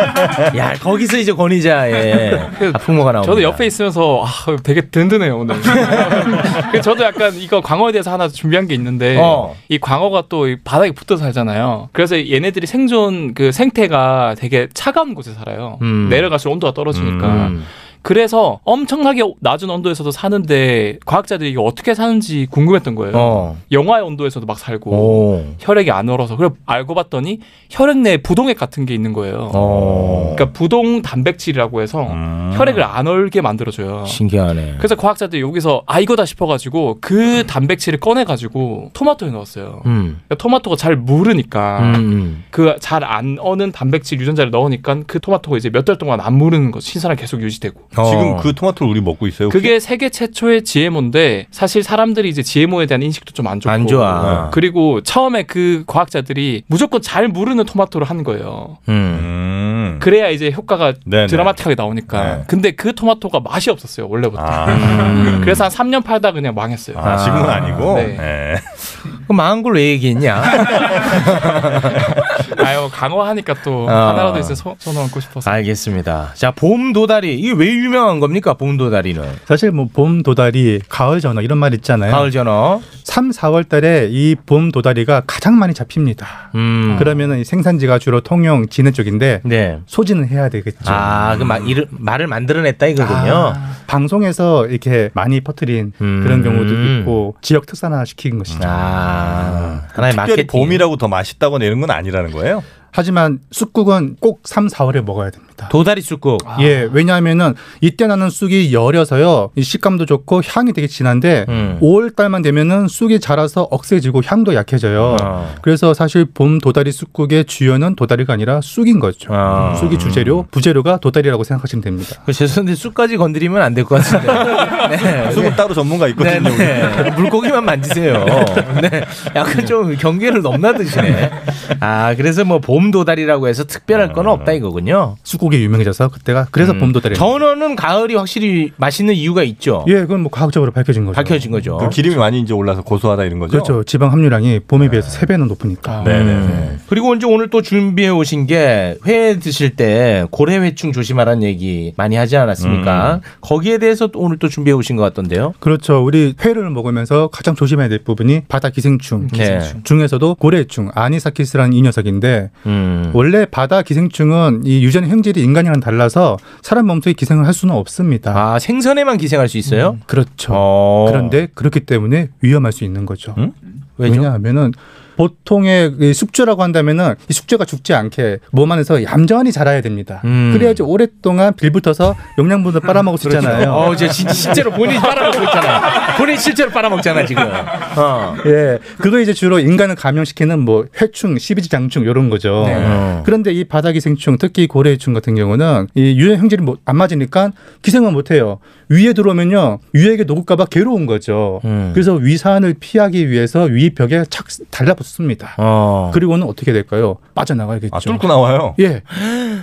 Speaker 10: 야, 거기서 이제 권위자의 네. 아픔모가 나오고.
Speaker 19: 저도 옆에 있으면서 아, 되게 든든해요 오늘. 그래서 저도 약간 이거 광어에 대해서 하나 준비한 게 있는데
Speaker 10: 어.
Speaker 19: 이 광어가 또이 바닥에 붙어 살잖아요. 그래서 얘네들이 생존 그 생태가 되게 차가운 곳에 살아요.
Speaker 10: 음.
Speaker 19: 내려갈수록 온도가 떨어지니까.
Speaker 10: 음.
Speaker 19: 그래서 엄청나게 낮은 온도에서도 사는데 과학자들이 이게 어떻게 사는지 궁금했던 거예요.
Speaker 10: 어.
Speaker 19: 영하의 온도에서도 막 살고
Speaker 10: 오.
Speaker 19: 혈액이 안 얼어서 그래 알고 봤더니 혈액 내에 부동액 같은 게 있는 거예요.
Speaker 10: 어.
Speaker 19: 그러니까 부동 단백질이라고 해서 혈액을 안 얼게 만들어줘요.
Speaker 10: 음. 신기하네.
Speaker 19: 그래서 과학자들이 여기서 아 이거다 싶어가지고 그 단백질을 꺼내가지고 토마토에 넣었어요.
Speaker 10: 음.
Speaker 19: 그러니까 토마토가 잘 무르니까
Speaker 10: 음, 음.
Speaker 19: 그 잘 안 어는 단백질 유전자를 넣으니까 그 토마토가 이제 몇 달 동안 안 무르는 거 신선하게 계속 유지되고
Speaker 10: 어.
Speaker 11: 지금 그 토마토를 우리 먹고 있어요. 혹시?
Speaker 19: 어. 그게 세계 최초의 GMO인데 사실 사람들이 이제 GMO에 대한 인식도 좀 안 좋고 네.
Speaker 10: 안 좋아.
Speaker 19: 그리고 처음에 그 과학자들이 무조건 잘 무르는 토마토를 한 거예요.
Speaker 11: 음.
Speaker 19: 그래야 이제 효과가
Speaker 11: 네네. 네.
Speaker 19: 드라마틱하게 나오니까. 근데 그 토마토가 맛이 없었어요 원래부터. 그래서 한 3년 팔다 그냥 망했어요.
Speaker 11: 아, 지금은 아니고.
Speaker 19: 네.
Speaker 10: 그럼 망한 걸 왜 얘기했냐?
Speaker 19: 아유 강화하니까 또
Speaker 10: 어.
Speaker 11: 아.
Speaker 19: 하나라도 이제 소, 손을 얹고 싶어서.
Speaker 10: 알겠습니다. 자, 봄 도다리. 이게 왜 유명한 겁니까? 봄 도다리는.
Speaker 20: 사실 뭐 봄 도다리, 가을 전어 이런 말 있잖아요.
Speaker 10: 가을 전어.
Speaker 20: 3, 4월 달에 이 봄 도다리가 가장 많이 잡힙니다.
Speaker 10: 음.
Speaker 20: 그러면은 이 생산지가 주로 통영 진해 쪽인데 소진은 해야 되겠죠.
Speaker 10: 네. 아, 그 막 이를 말을 만들어냈다 이거군요.
Speaker 20: 아, 방송에서 이렇게 많이 퍼뜨린
Speaker 10: 음.
Speaker 20: 그런 경우도 있고 지역 특산화 시킨 것이죠.
Speaker 10: 아,
Speaker 20: 아,
Speaker 10: 하나의
Speaker 11: 특별히
Speaker 20: 마케팅.
Speaker 11: 봄이라고 더 맛있다거나 이런 건 아니라는 거예요.
Speaker 20: 하지만 쑥국은 꼭 3, 4월에 먹어야 됩니다.
Speaker 10: 도다리 쑥국.
Speaker 20: 예, 왜냐하면은 이때 나는 쑥이 여려서요. 이 식감도 좋고 향이 되게 진한데 5월 달만 되면은 쑥이 자라서 억세지고 향도 약해져요. 그래서 사실 봄 도다리 쑥국의 주연은 도다리가 아니라 쑥인 거죠. 음, 쑥이 주재료, 부재료가 도다리라고 생각하시면 됩니다.
Speaker 10: 그 죄송한데 쑥까지 건드리면 안 될 것 같은데. 네.
Speaker 20: 쑥은
Speaker 10: 따로 전문가
Speaker 20: 있거든요,
Speaker 10: 네, 물고기만 만지세요. 네. 약간 좀
Speaker 11: 네.
Speaker 10: 경계를 넘나드시네. 아, 그래서 뭐 봄 도다리라고 해서 특별할 건 없다 이거군요.
Speaker 20: 쑥국 떡국이 유명해져서 그때가 그래서
Speaker 10: 음.
Speaker 20: 봄 도다리.
Speaker 10: 전어는 가을이 확실히 맛있는 이유가 있죠.
Speaker 20: 예, 그건 뭐 과학적으로 밝혀진 거죠.
Speaker 10: 밝혀진 거죠.
Speaker 11: 그 기름이 많이 이제 올라서 고소하다 이런 거죠.
Speaker 20: 그렇죠. 지방 함유량이 봄에 비해서 세 배는 높으니까.
Speaker 10: 음. 그리고 이제 오늘 또 준비해 오신 게 회 드실 때 고래회충 조심하라는 얘기 많이 하지
Speaker 11: 음.
Speaker 10: 않았습니까? 거기에 대해서 또 오늘 또 준비해 오신 것 같던데요.
Speaker 20: 그렇죠. 우리 회를 먹으면서 가장 조심해야 될 부분이 바다 기생충,
Speaker 10: 음, 기생충.
Speaker 20: 중에서도 고래충 아니사키스라는 이 녀석인데
Speaker 10: 음.
Speaker 20: 원래 바다 기생충은 이 유전의 형질이 인간이랑 달라서 사람 몸속에 기생을 할 수는 없습니다.
Speaker 10: 아 생선에만 기생할 수 있어요? 음?
Speaker 20: 그렇죠. 그런데 그렇기 때문에 위험할 수 있는 거죠. 왜냐하면은 보통의 이 숙주라고 한다면은 이 숙주가 죽지 않게 몸 안에서 얌전히 자라야 됩니다.
Speaker 10: 음.
Speaker 20: 그래야지 오랫동안 빌붙어서 영양분을 빨아먹을 수 있잖아요.
Speaker 10: 어, 이제 진- 실제로 본인이 빨아먹고 있잖아. 본인 실제로 빨아먹잖아 지금. 어.
Speaker 20: 예, 그거 이제 주로 인간을 감염시키는 뭐 회충, 십이지장충 이런 거죠.
Speaker 10: 네. 어.
Speaker 20: 그런데 이 바다기생충, 특히 고래충 같은 경우는 이 유해 형질이 뭐- 안 맞으니까 기생만 못해요. 위에 들어오면요, 위에게 녹을까봐 괴로운 거죠.
Speaker 19: 음.
Speaker 20: 그래서 위산을 피하기 위해서 위 벽에 착 달라붙습니다. 그리고는 어떻게 될까요? 빠져나가야겠죠.
Speaker 11: 아, 뚫고 나와요?
Speaker 20: 예.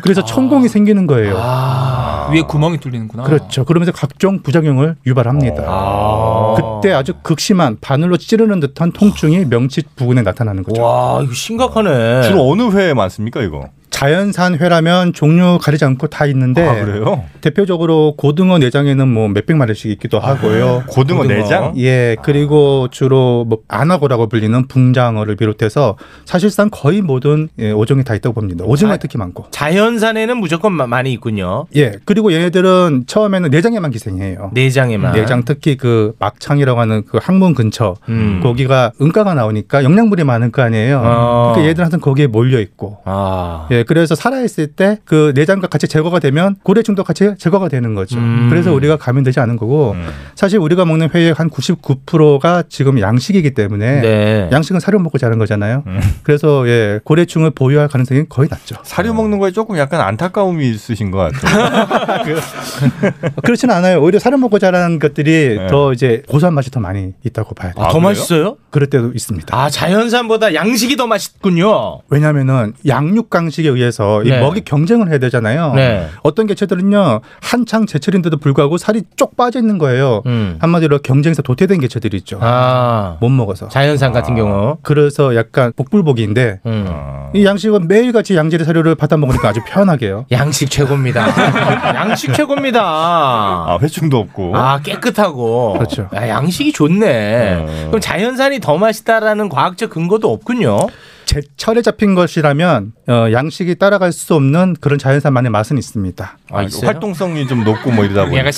Speaker 20: 그래서 천공이 생기는 거예요.
Speaker 19: 아.
Speaker 11: 아.
Speaker 19: 위에 구멍이 뚫리는구나.
Speaker 20: 그렇죠. 그러면서 각종 부작용을 유발합니다.
Speaker 19: 아.
Speaker 20: 그때 아주 극심한 바늘로 찌르는 듯한 통증이 명치 부근에 나타나는 거죠.
Speaker 10: 와, 이거 심각하네.
Speaker 11: 주로 어느 회에 많습니까 이거?
Speaker 20: 자연산 회라면 종류 가리지 않고 다 있는데
Speaker 11: 아, 그래요?
Speaker 20: 네. 대표적으로 고등어 내장에는 뭐 몇백 마리씩 있기도 하고요.
Speaker 11: 아, 고등어 고등어. 내장?
Speaker 20: 예, 그리고 주로 뭐 안하고라고 불리는 붕장어를 비롯해서 사실상 거의 모든 예, 오종이 다 있다고 봅니다. 오징어 특히 많고.
Speaker 10: 자연산에는 무조건 마- 많이 있군요.
Speaker 20: 예, 그리고 얘네들은 처음에는 내장에만 기생해요.
Speaker 10: 내장에만.
Speaker 20: 음, 내장 특히 그 막창이라고 하는 그 항문 근처 거기가 응가가 나오니까 영양분이 많을 거 아니에요.
Speaker 10: 음. 아.
Speaker 20: 그러니까 얘들 항상 거기에 몰려 있고.
Speaker 10: 아.
Speaker 20: 예, 그래서 살아있을 때 그 내장과 같이 제거가 되면 고래충도 같이 제거가 되는 거죠.
Speaker 10: 음.
Speaker 20: 그래서 우리가 감염되지 않은 거고 사실 우리가 먹는 회의 한 99%가 지금 양식이기 때문에
Speaker 10: 네. 음.
Speaker 20: 양식은 사료 먹고 자란 거잖아요. 그래서 예, 고래충을 보유할 가능성이 거의 낮죠.
Speaker 10: 어.
Speaker 11: 사료 먹는 거에 조금 약간 안타까움이 있으신 것 같아요.
Speaker 20: 그렇진 않아요. 오히려 사료 먹고 자란 것들이 더 이제 고소한 맛이 더 많이 있다고 봐야 돼요.
Speaker 10: 네. 아, 더 그래요? 맛있어요?
Speaker 20: 그럴 때도 있습니다.
Speaker 10: 아 자연산보다 양식이 더 맛있군요.
Speaker 20: 왜냐하면은 양육 강식에 의해서 이
Speaker 10: 네.
Speaker 20: 먹이 경쟁을 해야 되잖아요.
Speaker 10: 네.
Speaker 20: 어떤 개체들은요 한창 제철인데도 불구하고 살이 쪽 빠져 있는 거예요.
Speaker 10: 음.
Speaker 20: 한마디로 경쟁에서 도태된 개체들이 있죠.
Speaker 10: 못
Speaker 20: 먹어서
Speaker 10: 자연산 같은 경우. 음.
Speaker 20: 그래서 약간 복불복이인데 이 양식은 매일같이 양질의 사료를 받아 먹으니까 아주 편하게요.
Speaker 10: 양식 최고입니다. 양식 최고입니다. 아,
Speaker 11: 회충도 없고.
Speaker 10: 아, 깨끗하고.
Speaker 20: 그렇죠.
Speaker 10: 아, 양식이 좋네.
Speaker 11: 어.
Speaker 10: 그럼 자연산이 더 맛있다라는 과학적 근거도 없군요.
Speaker 20: 제철에 잡힌 것이라면 어, 양식이 따라갈 수 없는 그런 자연산만의 맛은 있습니다.
Speaker 11: 아, 이거 활동성이 좀 높고 뭐 이러다 보니까.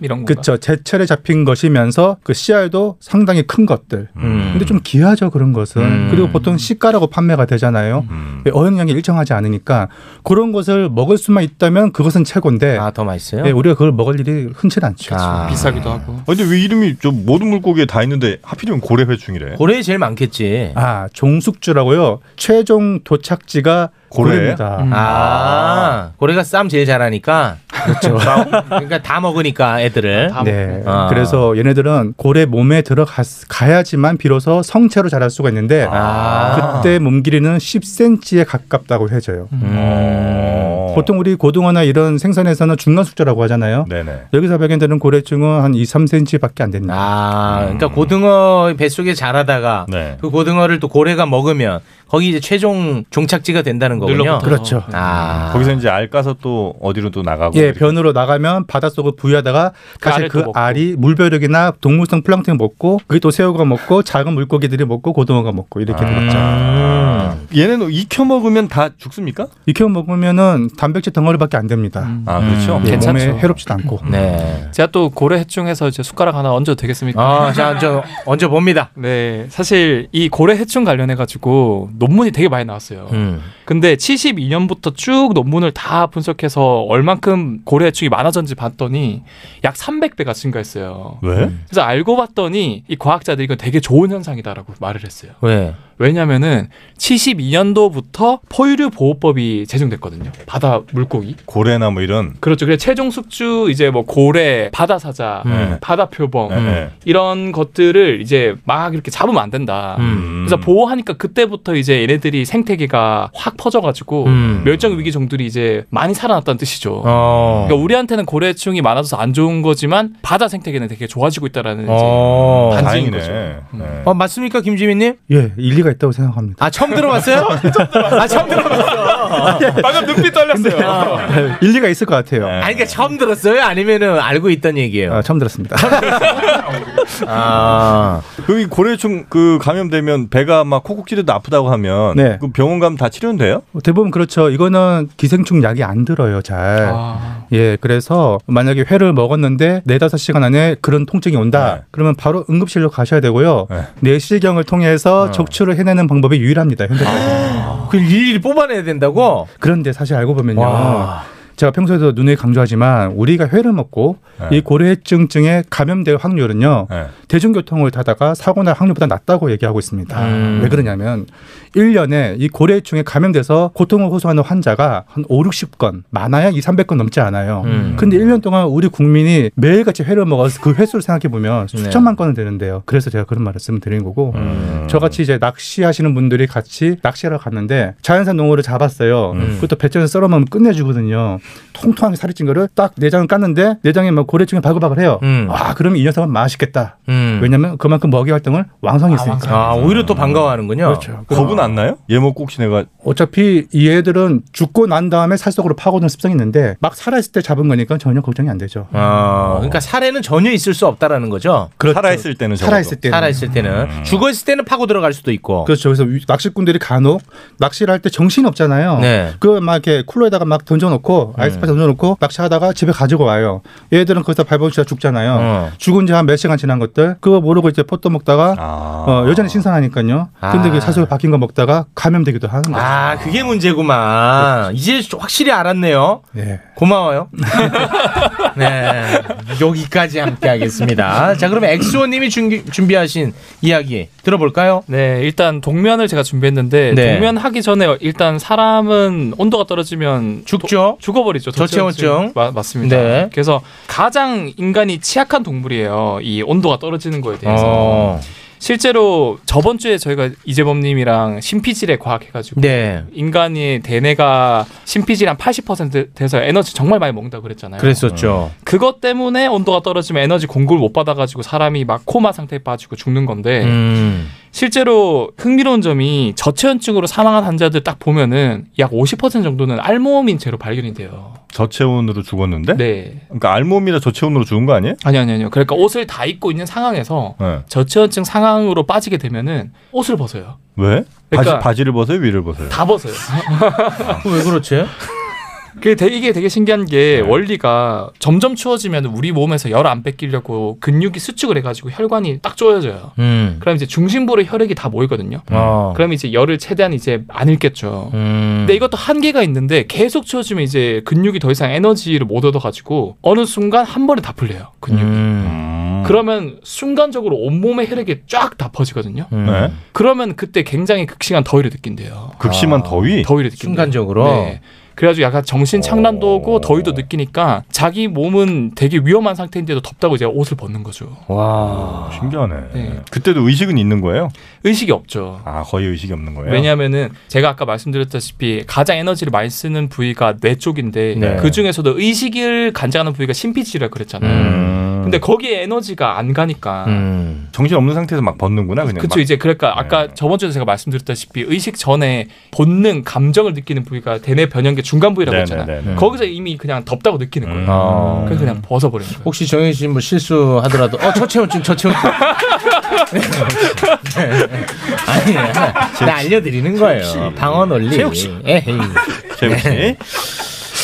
Speaker 19: 이런
Speaker 20: 그렇죠. 제철에 잡힌 것이면서 그 씨알도 상당히 큰 것들.
Speaker 11: 음.
Speaker 20: 근데 좀 귀하죠 그런 것은. 그리고 보통 시가라고 판매가 되잖아요.
Speaker 11: 음.
Speaker 20: 어영량이 일정하지 않으니까 그런 것을 먹을 수만 있다면 그것은 최고인데.
Speaker 10: 아더 맛있어요.
Speaker 20: 예, 우리가 그걸 먹을 일이 흔치 않죠.
Speaker 19: 비싸기도 하고.
Speaker 11: 아, 근데 왜 이름이 좀 모든 물고기에 다 있는데 하필이면 고래 회충이래?
Speaker 10: 고래에 제일 많겠지.
Speaker 20: 아 종숙주라고요. 최종 도착지가
Speaker 11: 고래?
Speaker 20: 고래입니다.
Speaker 10: 음. 아, 고래가 쌈 제일 잘하니까.
Speaker 20: 그렇죠.
Speaker 10: 그러니까 다 먹으니까 애들을.
Speaker 20: 네.
Speaker 10: 아.
Speaker 20: 그래서 얘네들은 고래 몸에 들어가야지만 비로소 성체로 자랄 수가 있는데
Speaker 10: 아.
Speaker 20: 그때 몸 길이는 10cm에 가깝다고 해져요.
Speaker 10: 음.
Speaker 20: 어. 보통 우리 고등어나 이런 생선에서는 중간 숙자라고 하잖아요.
Speaker 11: 네네.
Speaker 20: 여기서 발견되는 고래충은 한 2, 3cm밖에 안 됩니다.
Speaker 10: 아,
Speaker 11: 음.
Speaker 10: 그러니까 고등어 뱃속에 자라다가 그 고등어를 또 고래가 먹으면 거기 이제 최종 종착지가 된다는 거군요.
Speaker 20: 눌러붙어서. 그렇죠.
Speaker 10: 아.
Speaker 11: 거기서 이제 알 까서 또 어디로 또 나가고.
Speaker 20: 예, 변으로 나가면 바닷속을 부유하다가 사실
Speaker 11: 알을 또
Speaker 20: 그
Speaker 11: 먹고.
Speaker 20: 알이 물벼룩이나 동물성 플랑톤 먹고 그게 또 새우가 먹고 작은 물고기들이 먹고 고등어가 먹고 이렇게 되겠죠.
Speaker 11: 아. 얘는 익혀 먹으면 다 죽습니까?
Speaker 20: 익혀 먹으면은 단백질 덩어리밖에 안 됩니다.
Speaker 11: 아, 그렇죠.
Speaker 20: 예, 몸에
Speaker 19: 괜찮죠.
Speaker 20: 해롭지도 않고.
Speaker 10: 네.
Speaker 19: 제가 또 고래 해충에서 이제 숟가락 하나 얹어도 되겠습니까?
Speaker 10: 아, 자, 얹어, 얹어 봅니다.
Speaker 19: 네. 사실 이 고래 해충 관련해가지고 논문이 되게 많이 나왔어요.
Speaker 10: 음.
Speaker 19: 근데 72년부터 쭉 논문을 다 분석해서 얼만큼 고래 해충이 많아졌는지 봤더니 약 300배가 증가했어요.
Speaker 11: 왜?
Speaker 19: 그래서 알고 봤더니 이 과학자들이 이건 되게 좋은 현상이다라고 말을 했어요.
Speaker 10: 왜?
Speaker 19: 왜냐면은 72년도부터 포유류 보호법이 제정됐거든요. 바다 물고기.
Speaker 11: 고래나 뭐 이런
Speaker 19: 그렇죠. 그래서 최종 숙주 이제 뭐 고래, 바다 사자,
Speaker 11: 네.
Speaker 19: 바다 표범
Speaker 11: 네.
Speaker 19: 이런 것들을 이제 막 이렇게 잡으면 안 된다.
Speaker 11: 음.
Speaker 19: 그래서 보호하니까 그때부터 이제 얘네들이 생태계가 확 퍼져가지고
Speaker 10: 음.
Speaker 19: 멸종 위기 종들이 이제 많이 살아났다는 뜻이죠.
Speaker 10: 어.
Speaker 19: 그러니까 우리한테는 고래충이 많아져서 안 좋은 거지만 바다 생태계는 되게 좋아지고 있다라는 이제
Speaker 10: 어,
Speaker 19: 반증인 거죠.
Speaker 11: 네.
Speaker 10: 어, 맞습니까, 김지민님?
Speaker 20: 예, 일리가 있다고 생각합니다.
Speaker 10: 아 처음 들어봤어요? 아 처음 들어봤어. 방금 눈빛
Speaker 11: 아,
Speaker 10: 떨렸어요.
Speaker 11: 네.
Speaker 20: 일리가 있을 것 같아요.
Speaker 10: 아니 그러니까 처음 들었어요? 아니면은 알고 있던 얘기예요?
Speaker 20: 아, 처음 들었습니다.
Speaker 10: 아.
Speaker 11: 여기 고래충 그 감염되면 배가 막 코콕지르도 아프다고 하면
Speaker 20: 네.
Speaker 11: 그 병원 가면 다 치료는 돼요?
Speaker 20: 대부분 그렇죠. 이거는 기생충 약이 안 들어요, 잘.
Speaker 10: 네.
Speaker 11: 아.
Speaker 19: 아.
Speaker 20: 예, 그래서 만약에 회를 먹었는데 네 다섯 시간 안에 그런 통증이 온다. 그러면 바로 응급실로 가셔야 되고요. 내시경을 통해서 적출을 해내는 방법이 유일합니다. 현대.
Speaker 10: 그 일일이 뽑아내야 된다고?
Speaker 20: 그런데 사실 알고 보면요. 제가 평소에도 눈에 강조하지만 우리가 회를 먹고
Speaker 10: 네.
Speaker 20: 이 고래증증에 감염될 확률은요 대중교통을 타다가 사고 날 확률보다 낮다고 얘기하고 있습니다.
Speaker 10: 음.
Speaker 20: 왜 그러냐면 1년에 이 고래증에 감염돼서 고통을 호소하는 환자가 한 5, 60건 많아야 2, 300건 넘지 않아요.
Speaker 10: 음.
Speaker 20: 근데 1년 동안 우리 국민이 매일같이 회를 먹어서 그 횟수를 생각해 보면
Speaker 10: 네.
Speaker 20: 수천만 건은 되는데요. 그래서 제가 그런 말씀을 드린 거고
Speaker 10: 음.
Speaker 20: 저같이 이제 낚시하시는 분들이 같이 낚시하러 갔는데 자연산 농어를 잡았어요.
Speaker 10: 음.
Speaker 20: 그것도 배추에서 썰어 먹으면 끝내주거든요. 통통하게 살이 찐 거를 딱 내장을 깠는데 내장에 막 고래충이 바글바글 해요. 아, 그러면 이 녀석은 맛있겠다.
Speaker 10: 음.
Speaker 20: 왜냐면 그만큼 먹이 활동을 왕성히 했으니까.
Speaker 10: 아 오히려 또 반가워하는군요.
Speaker 20: 그렇죠.
Speaker 11: 겁은 안 나요? 예목 혹시 내가
Speaker 20: 어차피 이 애들은 죽고 난 다음에 살 속으로 파고드는 습성이 있는데 막 살아있을 때 잡은 거니까 전혀 걱정이 안 되죠.
Speaker 10: 아, 그러니까 사례는 전혀 있을 수 없다라는 거죠.
Speaker 20: 그렇죠.
Speaker 10: 살아있을 때는 음.
Speaker 20: 적어도. 살아있을 때는.
Speaker 10: 살아있을 때는 죽었을 때는 파고 들어갈 수도 있고.
Speaker 20: 그렇죠. 그래서 위- 낚시꾼들이 간혹 낚시를 할 때 정신이 없잖아요.
Speaker 10: 네.
Speaker 20: 그걸 막 이렇게 쿨러에다가 막 던져놓고
Speaker 11: 음.
Speaker 20: 아이스팩 던져놓고 낚시하다가 집에 가지고 와요. 얘들은 거기서 발버둥치다 죽잖아요.
Speaker 11: 어.
Speaker 20: 죽은 지 한 몇 시간 지난 것들 그거 모르고 이제 포도 먹다가
Speaker 11: 아.
Speaker 20: 어, 여전히 신선하니까요. 근데
Speaker 10: 아.
Speaker 20: 그 사슬 바뀐 거 먹다가 감염되기도 하는 거예요.
Speaker 10: 아 그게 문제구만. 이제 확실히 알았네요.
Speaker 20: 예.
Speaker 10: 고마워요. 네. 여기까지 함께 하겠습니다. 자, 그럼 엑소님이 준비하신 이야기 들어볼까요?
Speaker 19: 네, 일단 동면을 제가 준비했는데
Speaker 10: 네.
Speaker 19: 동면 하기 전에 일단 사람은 온도가 떨어지면 죽죠. 죽어버리죠.
Speaker 10: 저체온증.
Speaker 19: 마- 맞습니다.
Speaker 10: 네.
Speaker 19: 그래서 가장 인간이 취약한 동물이에요. 이 온도가 떨어지는 거에 대해서.
Speaker 10: 어.
Speaker 19: 실제로 저번 주에 저희가 이재범님이랑 심피질의 과학 해가지고
Speaker 10: 네.
Speaker 19: 인간이 대뇌가 심피질 한 80% 돼서 에너지 정말 많이 먹는다 그랬잖아요.
Speaker 10: 그랬었죠.
Speaker 19: 그것 때문에 온도가 떨어지면 에너지 공급을 못 받아가지고 사람이 막 코마 상태에 빠지고 죽는 건데
Speaker 10: 음.
Speaker 19: 실제로 흥미로운 점이 저체온증으로 사망한 환자들 딱 보면은 약 50% 정도는 알몸인 채로 발견이 돼요.
Speaker 11: 저체온으로 죽었는데?
Speaker 19: 네.
Speaker 11: 그러니까 알몸이라 저체온으로 죽은 거 아니에요?
Speaker 19: 아니 아니 아니요. 그러니까 옷을 다 입고 있는 상황에서
Speaker 11: 네.
Speaker 19: 저체온증 상황으로 빠지게 되면은 옷을 벗어요.
Speaker 11: 왜?
Speaker 19: 그러니까-
Speaker 11: 바지, 바지를 벗어요? 위를 벗어요?
Speaker 19: 다 벗어요.
Speaker 10: 아, 왜 그렇지? 네.
Speaker 19: 그 되게 이게 되게 신기한 게 원리가 점점 추워지면 우리 몸에서 열 안 뺏기려고 근육이 수축을 해가지고 혈관이 딱 조여져요.
Speaker 10: 음.
Speaker 19: 그럼 이제 중심부로 혈액이 다 모이거든요.
Speaker 10: 어.
Speaker 19: 그럼 이제 열을 최대한 이제 안 읽겠죠.
Speaker 10: 음.
Speaker 19: 근데 이것도 한계가 있는데 계속 채워지면 이제 근육이 더 이상 에너지를 못 얻어가지고 어느 순간 한 번에 다 풀려요. 근육이.
Speaker 10: 음.
Speaker 11: 아.
Speaker 19: 그러면 순간적으로 온몸의 혈액이 쫙 다 퍼지거든요.
Speaker 10: 음.
Speaker 11: 네.
Speaker 19: 그러면 그때 굉장히 극심한 더위를 느낀대요.
Speaker 11: 극심한 더위?
Speaker 19: 더위를 느낀대요.
Speaker 10: 아. 순간적으로?
Speaker 19: 네. 그래가지고 약간 정신 착란도 오고 더위도 느끼니까 자기 몸은 되게 위험한 상태인데도 덥다고 이제 옷을 벗는 거죠.
Speaker 11: 와 신기하네. 그때도 의식은 있는 거예요?
Speaker 19: 의식이 없죠.
Speaker 11: 아 거의 의식이 없는 거예요.
Speaker 19: 왜냐하면은 제가 아까 말씀드렸다시피 가장 에너지를 많이 쓰는 부위가 뇌 쪽인데
Speaker 11: 네.
Speaker 19: 그 중에서도 의식을 간장하는 부위가 심피지라 그랬잖아요.
Speaker 11: 음.
Speaker 19: 근데 거기에 에너지가 안 가니까.
Speaker 11: 정신 없는 상태에서 막 벗는구나 음. 그냥.
Speaker 19: 그쵸
Speaker 11: 막. 네.
Speaker 19: 이제 그러니까 아까 저번 주에 제가 말씀드렸다시피 의식 전에 본능 감정을 느끼는 부위가 대뇌 변형계 중간 부위라고
Speaker 10: 네네,
Speaker 19: 했잖아요.
Speaker 10: 네네.
Speaker 19: 거기서 이미 그냥 덥다고 느끼는 거예요.
Speaker 11: 음.
Speaker 10: 아.
Speaker 19: 그래서 그냥 벗어버리는 거예요.
Speaker 10: 혹시 정현 씨뭐 실수하더라도 어 저체온증 저체온증 아니 나 알려드리는 거예요 방어 논리
Speaker 19: 체육 씨.
Speaker 10: 에헤이. 예. 네.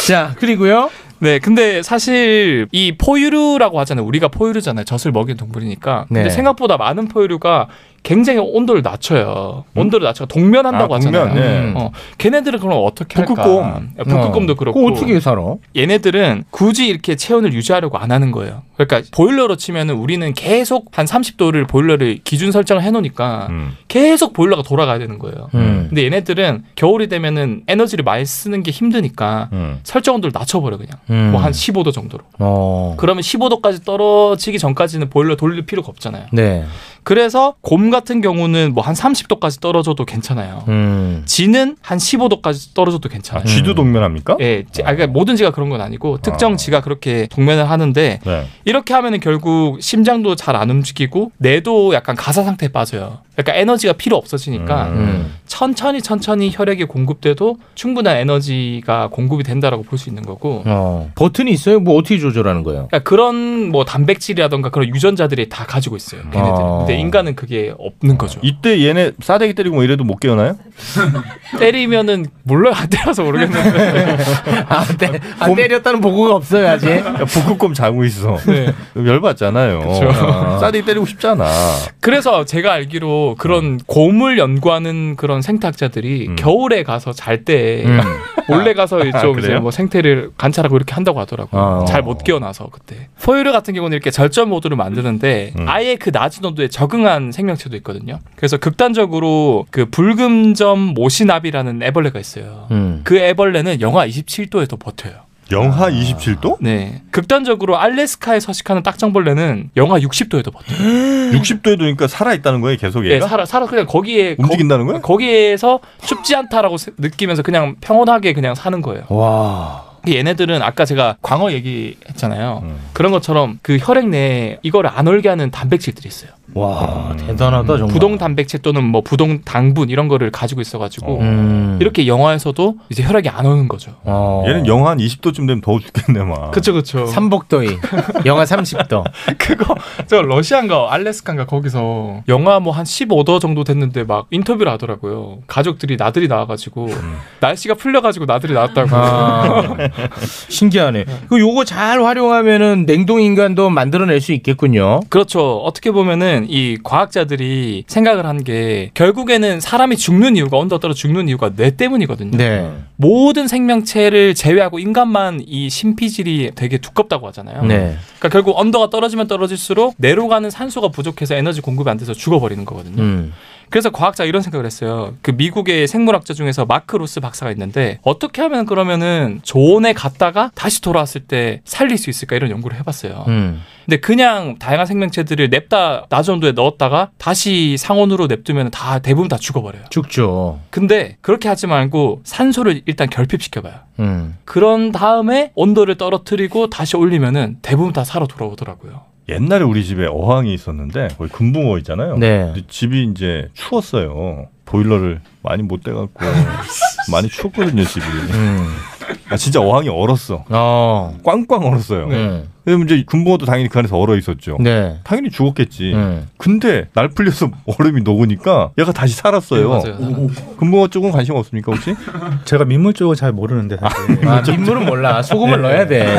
Speaker 10: 자 그리고요.
Speaker 19: 네, 근데 사실 이 포유류라고 하잖아요. 우리가 포유류잖아요. 젖을 먹이는 동물이니까. 근데
Speaker 10: 네.
Speaker 19: 생각보다 많은 포유류가 굉장히 온도를 낮춰요. 온도를 낮춰 동면한다고
Speaker 10: 음? 아,
Speaker 19: 하잖아요.
Speaker 10: 동면, 예.
Speaker 19: 어, 걔네들은 그럼 어떻게 할까? 예,
Speaker 10: 북극곰.
Speaker 19: 북극곰도
Speaker 10: 어.
Speaker 19: 그렇고.
Speaker 10: 그거 어떻게 살아?
Speaker 19: 얘네들은 굳이 이렇게 체온을 유지하려고 안 하는 거예요. 그러니까 보일러로 치면은 우리는 계속 한 30도를 보일러를 기준 설정을 해놓으니까 계속 보일러가 돌아가야 되는 거예요.
Speaker 10: 음.
Speaker 19: 근데 얘네들은 겨울이 되면은 에너지를 많이 쓰는 게 힘드니까 설정 온도를 낮춰버려 그냥
Speaker 10: 음.
Speaker 19: 뭐 한 15도 정도로.
Speaker 10: 어.
Speaker 19: 그러면 15도까지 떨어지기 전까지는 보일러 돌릴 필요가 없잖아요.
Speaker 10: 네.
Speaker 19: 그래서 곰 같은 경우는 뭐 한 30도까지 떨어져도 괜찮아요.
Speaker 10: 음.
Speaker 19: 지는 한 15도까지 떨어져도 괜찮아요.
Speaker 11: 쥐도 동면합니까?
Speaker 19: 예, 지- 아, 그러니까 모든 지가 그런 건 아니고 특정 지가 그렇게 동면을 하는데
Speaker 11: 네.
Speaker 19: 이렇게 하면은 결국 심장도 잘 안 움직이고 뇌도 약간 가사 상태에 빠져요. 그러니까 에너지가 필요 없어지니까
Speaker 11: 음.
Speaker 19: 천천히 천천히 혈액이 공급돼도 충분한 에너지가 공급이 된다라고 볼 수 있는 거고.
Speaker 10: 어. 버튼이 있어요? 뭐 어떻게 조절하는 거예요?
Speaker 19: 그러니까 그런 뭐 단백질이라던가 그런 유전자들이 다 가지고 있어요. 걔네들.
Speaker 11: 아.
Speaker 19: 근데 인간은 그게 없는 거죠.
Speaker 11: 이때 얘네 싸대기 때리고 뭐 이래도 못 깨어나요?
Speaker 19: 때리면은 몰라 요안 때려서 모르겠는데.
Speaker 10: 안 때렸다는 보고가 없어요 아직.
Speaker 11: 야, 북극곰 자고 있어.
Speaker 19: 네.
Speaker 11: 열받잖아요.
Speaker 19: 그쵸. 음.
Speaker 11: 아. 싸대기 때리고 싶잖아.
Speaker 19: 그렇죠.
Speaker 11: 음.
Speaker 19: 그래서 제가 알기로 그런 곰을 연구하는 그런 생태학자들이 겨울에 가서 잘 때
Speaker 10: 음.
Speaker 19: 몰래 가서
Speaker 10: 아,
Speaker 19: 좀 이제
Speaker 10: 그래요?
Speaker 19: 뭐 생태를 관찰하고 이렇게 한다고 하더라고요.
Speaker 10: 아.
Speaker 19: 잘 못 깨어나서 그때. 포유류 같은 경우는 이렇게 절전 모드를 만드는데
Speaker 11: 음.
Speaker 19: 아예 그 낮은 온도에 적응한 생명체도 있거든요. 그래서 극단적으로 그 붉음점 모시나비라는 애벌레가 있어요.
Speaker 10: 음.
Speaker 19: 그 애벌레는 영하 27도에도 버텨요.
Speaker 11: 영하 27도?
Speaker 19: 네. 극단적으로 알래스카에 서식하는 딱정벌레는 영하 60도에도 버텨요.
Speaker 11: 60도에도 그러니까 살아 있다는 거예요, 계속
Speaker 19: 예,
Speaker 11: 얘가.
Speaker 19: 살아 살아 그냥 거기에
Speaker 11: 움직인다는 거예요?
Speaker 19: 거기에서 춥지 않다라고 세- 느끼면서 그냥 평온하게 그냥 사는 거예요. 그
Speaker 11: 와.
Speaker 19: 얘네들은 아까 제가 광어 얘기했잖아요.
Speaker 11: 음.
Speaker 19: 그런 것처럼 그 혈액 내에 이걸 안 얼게 하는 단백질들이 있어요.
Speaker 10: 와 대단하다 정말.
Speaker 19: 부동 단백질 또는 뭐 부동 당분 이런 거를 가지고 있어가지고
Speaker 10: 음.
Speaker 19: 이렇게 영화에서도 이제 혈액이 안 오는 거죠.
Speaker 11: 얘는 영하 한 20도쯤 되면 더워 죽겠네, 막.
Speaker 19: 그쵸 그쵸.
Speaker 11: 음.
Speaker 10: 삼복도이 영하 30도.
Speaker 19: 저 러시아인가 알래스카인가 거기서 영하 뭐 한 15도 정도 됐는데 막 인터뷰를 하더라고요. 가족들이 나들이 나와가지고 날씨가 풀려가지고 나들이 나왔다고.
Speaker 10: 음. 아. 신기하네. 그 요거 잘 활용하면은 냉동 인간도 만들어낼 수 있겠군요.
Speaker 19: 그렇죠. 어떻게 보면은 이 과학자들이 생각을 한 게 결국에는 사람이 죽는 이유가 언더 떨어 죽는 이유가 뇌 때문이거든요.
Speaker 10: 네.
Speaker 19: 모든 생명체를 제외하고 인간만 이 심피질이 되게 두껍다고 하잖아요.
Speaker 10: 네.
Speaker 19: 그러니까 결국 언더가 떨어지면 떨어질수록 뇌로 가는 산소가 부족해서 에너지 공급이 안 돼서 죽어버리는 거거든요.
Speaker 10: 음.
Speaker 19: 그래서 과학자 이런 생각을 했어요. 그 미국의 생물학자 중에서 마크 로스 박사가 있는데 어떻게 하면 그러면은 조온에 갔다가 다시 돌아왔을 때 살릴 수 있을까 이런 연구를 해봤어요.
Speaker 10: 음.
Speaker 19: 근데 그냥 다양한 생명체들을 냅다 낮은 온도에 넣었다가 다시 상온으로 냅두면 다 대부분 다 죽어버려요.
Speaker 10: 죽죠.
Speaker 19: 근데 그렇게 하지 말고 산소를 일단 결핍시켜봐요.
Speaker 10: 음.
Speaker 19: 그런 다음에 온도를 떨어뜨리고 다시 올리면은 대부분 다 살아 돌아오더라고요.
Speaker 11: 옛날에 우리 집에 어항이 있었는데 거기 금붕어 있잖아요.
Speaker 10: 네.
Speaker 11: 근데 집이 이제 추웠어요. 보일러를 많이 못 대갖고 많이 추웠거든요 집이.
Speaker 10: 음.
Speaker 11: 아, 진짜 어항이 얼었어. 꽝꽝 얼었어요.
Speaker 10: 네.
Speaker 11: 그럼 이제 금붕어도 당연히 그 안에서 얼어 있었죠.
Speaker 10: 네.
Speaker 11: 당연히 죽었겠지.
Speaker 10: 음.
Speaker 11: 근데 날 풀려서 얼음이 녹으니까 얘가 다시 살았어요.
Speaker 20: 네, 맞아요.
Speaker 11: 오. 금붕어 쪽은 관심 없습니까 혹시?
Speaker 20: 제가 민물 쪽은 잘 모르는데 사실.
Speaker 10: 아, 민물은 몰라. 소금을 넣어야 돼.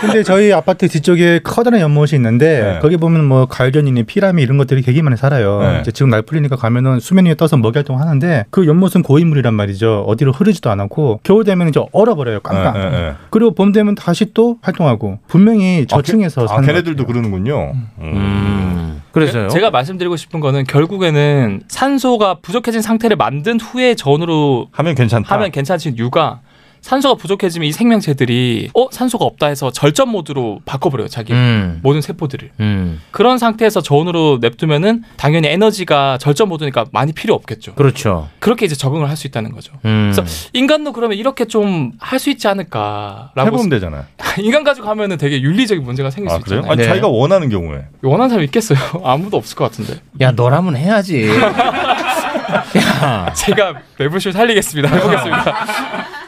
Speaker 20: 근데 저희 아파트 뒤쪽에 커다란 연못이 있는데 거기 보면 뭐 가을견이니 피라미 이런 것들이 되게 많이 살아요.
Speaker 11: 네.
Speaker 20: 이제 지금 날 풀리니까 가면은 수면 위에 떠서 먹이 활동 하는데 그 연못은 고인물이란 말이죠. 어디로 흐르지도 않고 겨울 되면 이제 얼어버려요. 깜깜.
Speaker 11: 네, 네, 네.
Speaker 20: 그리고 봄 되면 다시 또 활동하고 분명히 저층에서
Speaker 11: 아,
Speaker 20: 사는
Speaker 11: 걔네들도 그러는군요.
Speaker 10: 음.
Speaker 11: 음.
Speaker 10: 그래서요?
Speaker 19: 제가 말씀드리고 싶은 거는 결국에는 산소가 부족해진 상태를 만든 후에 전으로
Speaker 11: 하면 괜찮다.
Speaker 19: 하면 괜찮은 이유가 산소가 부족해지면 이 생명체들이 어 산소가 없다 해서 절전 모드로 바꿔버려요 자기
Speaker 10: 음.
Speaker 19: 모든 세포들을
Speaker 10: 음.
Speaker 19: 그런 상태에서 저온으로 냅두면은 당연히 에너지가 절전 모드니까 많이 필요 없겠죠.
Speaker 10: 그렇죠.
Speaker 19: 그렇게 이제 적응을 할 수 있다는 거죠.
Speaker 10: 음.
Speaker 19: 그래서 인간도 그러면 이렇게 좀 할 수 있지 않을까라고
Speaker 11: 해보면 되잖아요.
Speaker 19: 인간 가지고 하면은 되게 윤리적인 문제가 생길
Speaker 11: 아
Speaker 19: 수
Speaker 11: 그래요?
Speaker 19: 있잖아요.
Speaker 10: 네.
Speaker 11: 아니 자기가 원하는 경우에.
Speaker 19: 원하는 사람 있겠어요? 아무도 없을 것 같은데.
Speaker 10: 야 너라면 해야지.
Speaker 19: 제가 매부쇼 살리겠습니다. 해보겠습니다.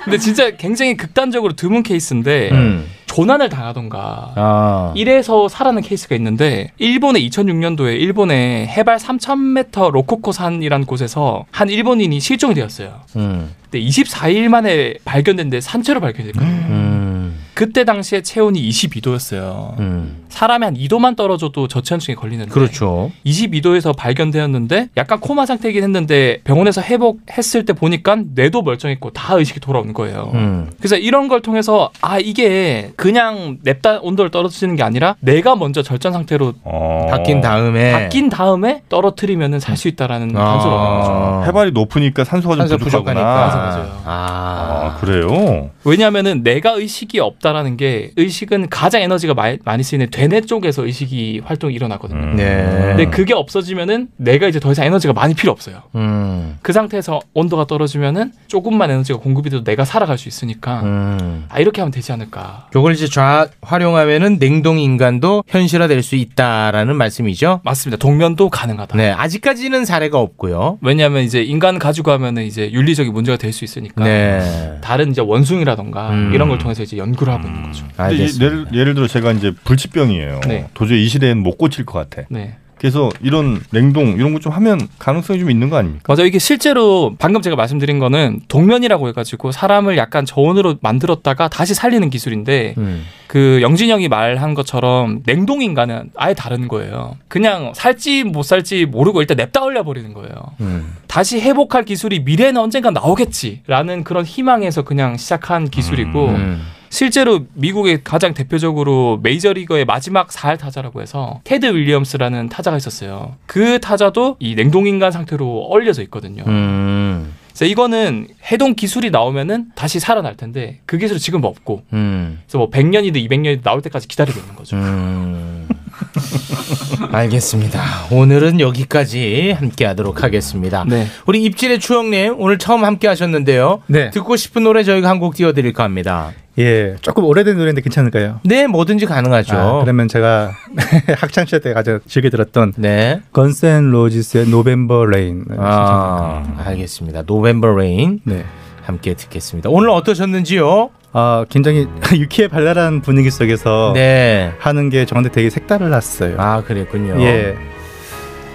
Speaker 19: 근데 진짜 굉장히 극단적으로 드문 케이스인데
Speaker 10: 음.
Speaker 19: 조난을 당하던가
Speaker 10: 아.
Speaker 19: 이래서 살아는 케이스가 있는데 일본의 2006년도에 일본의 해발 3,000m 로코코산이라는 곳에서 한 일본인이 실종이 되었어요.
Speaker 10: 음.
Speaker 19: 근데 24일 만에
Speaker 10: 음.
Speaker 19: 발견됐는데 산채로 발견됐거든요. 그때 당시에 체온이 22도였어요. 사람이 한 2도만 떨어져도 저체온증에 걸리는데
Speaker 10: 그렇죠.
Speaker 19: 22도에서 발견되었는데 약간 코마 상태이긴 했는데 병원에서 회복했을 때 보니까 뇌도 멀쩡했고 다 의식이 돌아오는 거예요.
Speaker 10: 음.
Speaker 19: 그래서 이런 걸 통해서 아 이게 그냥 냅다 온도를 떨어뜨리는 게 아니라 내가 먼저 절전 상태로
Speaker 10: 바뀐 다음에
Speaker 19: 바뀐 다음에 떨어뜨리면은 살 수 있다라는
Speaker 11: 아.
Speaker 19: 음, 단서를 얻는 거죠.
Speaker 11: 해발이 높으니까 산소가 좀
Speaker 19: 산소
Speaker 11: 부족하구나.
Speaker 19: 부족하니까. 맞아, 맞아요.
Speaker 11: 아, 그래요.
Speaker 19: 왜냐하면은 내가 의식이 없다라는 게 의식은 가장 에너지가 마이- 많이 쓰이는 되뇌 쪽에서 의식이 활동이 일어나거든요.
Speaker 10: 네.
Speaker 19: 근데 그게 없어지면은 내가 이제 더 이상 에너지가 많이 필요 없어요.
Speaker 10: 음.
Speaker 19: 그 상태에서 온도가 떨어지면은 조금만 에너지가 공급이 돼도 내가 살아갈 수 있으니까
Speaker 10: 음.
Speaker 19: 아 이렇게 하면 되지 않을까.
Speaker 10: 요걸 이제 좌 활용하면은 냉동 인간도 현실화될 수 있다라는 말씀이죠.
Speaker 19: 맞습니다. 동면도 가능하다.
Speaker 10: 네, 아직까지는 사례가 없고요.
Speaker 19: 왜냐하면 이제 인간 가지고 하면은 이제 윤리적인 문제가 될 수 있으니까
Speaker 10: 네.
Speaker 19: 다른 이제 원숭이라던가
Speaker 11: 음.
Speaker 19: 이런 걸 통해서 이제 연구를 하고 있는 거죠.
Speaker 11: 근데 이- 예를, 예를 들어 제가 이제 불치병이에요.
Speaker 19: 네.
Speaker 11: 도저히 이 시대엔 못 고칠 것 같아.
Speaker 19: 네.
Speaker 11: 그래서 이런 냉동 이런 거 좀 하면 가능성이 좀 있는 거 아닙니까?
Speaker 19: 맞아요. 이게 실제로 방금 제가 말씀드린 거는 동면이라고 해가지고 사람을 약간 저온으로 만들었다가 다시 살리는 기술인데 그 영진 형이 말한 것처럼 냉동 인간은 아예 다른 거예요. 그냥 살지 못 살지 모르고 일단 냅다 흘려버리는 거예요. 다시 회복할 기술이 미래에는 언젠가 나오겠지라는 그런 희망에서 그냥 시작한 기술이고 실제로 미국의 가장 대표적으로 메이저리거의 마지막 4할 타자라고 해서 테드 윌리엄스라는 타자가 있었어요. 그 타자도 이 냉동인간 상태로 얼려져 있거든요.
Speaker 10: 음.
Speaker 19: 그래서 이거는 해동 기술이 나오면은 다시 살아날 텐데 그 기술이 지금 없고
Speaker 10: 음.
Speaker 19: 그래서 뭐 100년이든 200년이든 나올 때까지 기다리고 있는 거죠.
Speaker 10: 음. 알겠습니다. 오늘은 여기까지 함께 하도록 하겠습니다. 우리 입질의 추억님 오늘 처음 함께 하셨는데요.
Speaker 11: 네.
Speaker 10: 듣고 싶은 노래 저희가 한 곡 띄워드릴까 합니다.
Speaker 20: 예, 조금 오래된 노래인데 괜찮을까요?
Speaker 10: 네, 뭐든지 가능하죠.
Speaker 20: 아, 그러면 제가 학창 시절 때 가장 즐겨 들었던
Speaker 10: 네.
Speaker 20: 건센 로지스의 노벤버 레인.
Speaker 10: 아, 알겠습니다. 노벤버 레인.
Speaker 20: 네.
Speaker 10: 함께 듣겠습니다. 오늘 어떠셨는지요?
Speaker 20: 아, 굉장히 유쾌 발랄한 분위기 속에서
Speaker 10: 네.
Speaker 20: 하는 게 저한테 되게 색달랐어요.
Speaker 10: 아, 그랬군요.
Speaker 20: 예.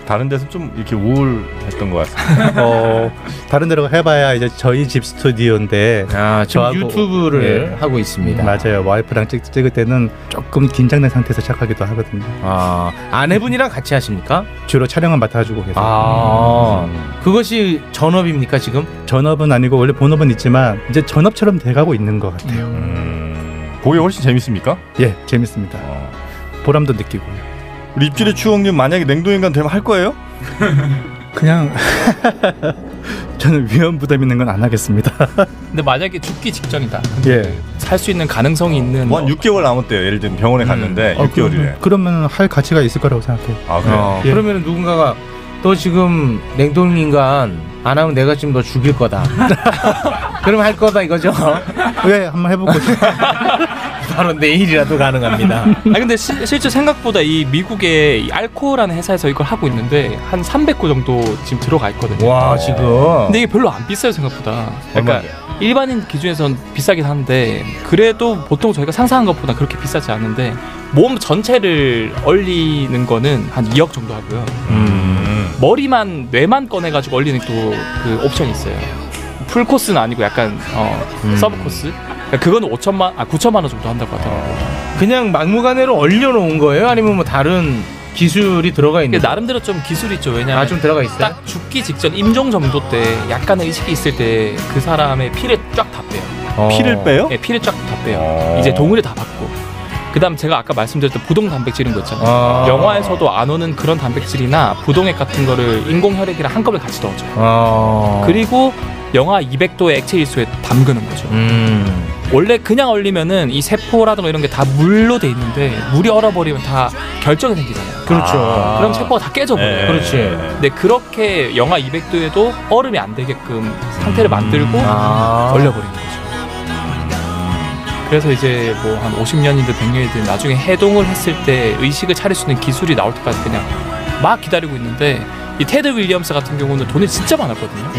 Speaker 11: 다른 데서 좀 이렇게 우울했던 것 같습니다.
Speaker 20: 어, 다른 데로 해봐야 이제 저희 집 스튜디오인데 예.
Speaker 10: 아, 지금 유튜브를
Speaker 11: 예.
Speaker 10: 하고 있습니다.
Speaker 20: 맞아요. 와이프랑 찍, 찍을 때는 조금 긴장된 상태에서 시작하기도 하거든요.
Speaker 10: 아, 아내분이랑 같이 하십니까?
Speaker 20: 주로 촬영을 맡아주고 계세요.
Speaker 10: 아, 그것이 전업입니까 지금?
Speaker 20: 전업은 아니고 원래 본업은 있지만 이제 전업처럼 돼가고 있는 것 같아요.
Speaker 10: 음.
Speaker 11: 그게 음. 훨씬 재밌습니까? 어.
Speaker 20: 예, 재밌습니다. 보람도 느끼고요.
Speaker 11: 우리 입질의 추억님 만약에 냉동인간 되면 할 거예요?
Speaker 20: 그냥 저는 위험 부담 있는 건 안 하겠습니다.
Speaker 19: 근데 만약에 죽기 직전이다.
Speaker 20: 예.
Speaker 19: 네, 살 수 있는 가능성이 있는 음.
Speaker 11: 뭐 한 6개월 남았대요. 예를 들면 병원에 갔는데
Speaker 20: 어,
Speaker 11: 6개월이래.
Speaker 20: 그러면, 그러면 할 가치가 있을 거라고 생각해요.
Speaker 11: 네,
Speaker 20: 예.
Speaker 11: 아 그래요?
Speaker 10: 어, 그러면 누군가가 너 지금 냉동 인간 안 하면 내가 지금 너 죽일 거다. 그럼 할 거다 이거죠?
Speaker 20: 왜 예, 한번 해보고
Speaker 10: 바로 내일이라도 가능합니다.
Speaker 19: 아 근데 시- 실제 생각보다 이 미국의 이 알코라는 회사에서 이걸 하고 있는데 한 300구 정도 지금 들어가 있거든요.
Speaker 10: 와, 지금.
Speaker 19: 근데 이게 별로 안 비싸요 생각보다. 그러니까
Speaker 10: 얼마예요?
Speaker 19: 일반인 기준에선 비싸긴 한데 그래도 보통 저희가 상상한 것보다 그렇게 비싸지 않은데 몸 전체를 얼리는 거는 한 2억 정도 하고요.
Speaker 11: 음.
Speaker 19: 머리만 뇌만 꺼내가지고 얼리는 또 그 옵션이 있어요. 풀 코스는 아니고 약간 어, 서브 코스. 그러니까 그건 5천만 아 9천만 원 정도 한다고 하더라고요.
Speaker 10: 그냥 막무가내로 얼려놓은 거예요? 아니면 뭐 다른 기술이 들어가 있는?
Speaker 19: 근데 나름대로 좀 기술이 있죠. 왜냐면
Speaker 10: 아, 좀 들어가 있어요?
Speaker 19: 딱 죽기 직전 임종 정도 때 약간의 의식이 있을 때 그 사람의 피를 쫙 다 빼요. 어.
Speaker 10: 어. 피를 빼요?
Speaker 19: 네, 피를 쫙 다 빼요. 이제 동물에 다 받고. 그다음 제가 아까 말씀드렸던 부동 단백질인 거 있잖아요.
Speaker 10: 아.
Speaker 19: 영화에서도 안 오는 그런 단백질이나 부동액 같은 거를 인공 혈액이랑 한꺼번에 같이 넣어줘요.
Speaker 14: 아.
Speaker 10: 어.
Speaker 19: 그리고 영하 200도의 액체 일수에 담그는 거죠.
Speaker 10: 음.
Speaker 19: 원래 그냥 얼리면은 이 세포라든가 이런 게 다 물로 돼 있는데 물이 얼어버리면 다 결정이 생기잖아요.
Speaker 10: 그렇죠.
Speaker 19: 아. 그럼 세포가 다 깨져버려요.
Speaker 10: 예. 그렇지.
Speaker 19: 근데 그렇게 영하 200도에도 얼음이 안 되게끔 상태를 만들고
Speaker 10: 아.
Speaker 19: 얼려버리는 거죠. 그래서 이제 뭐 한 50년이든 100년이든 나중에 해동을 했을 때 의식을 차릴 수 있는 기술이 나올 때까지 그냥 막 기다리고 있는데 이 테드 윌리엄스 같은 경우는 돈이 진짜 많았거든요.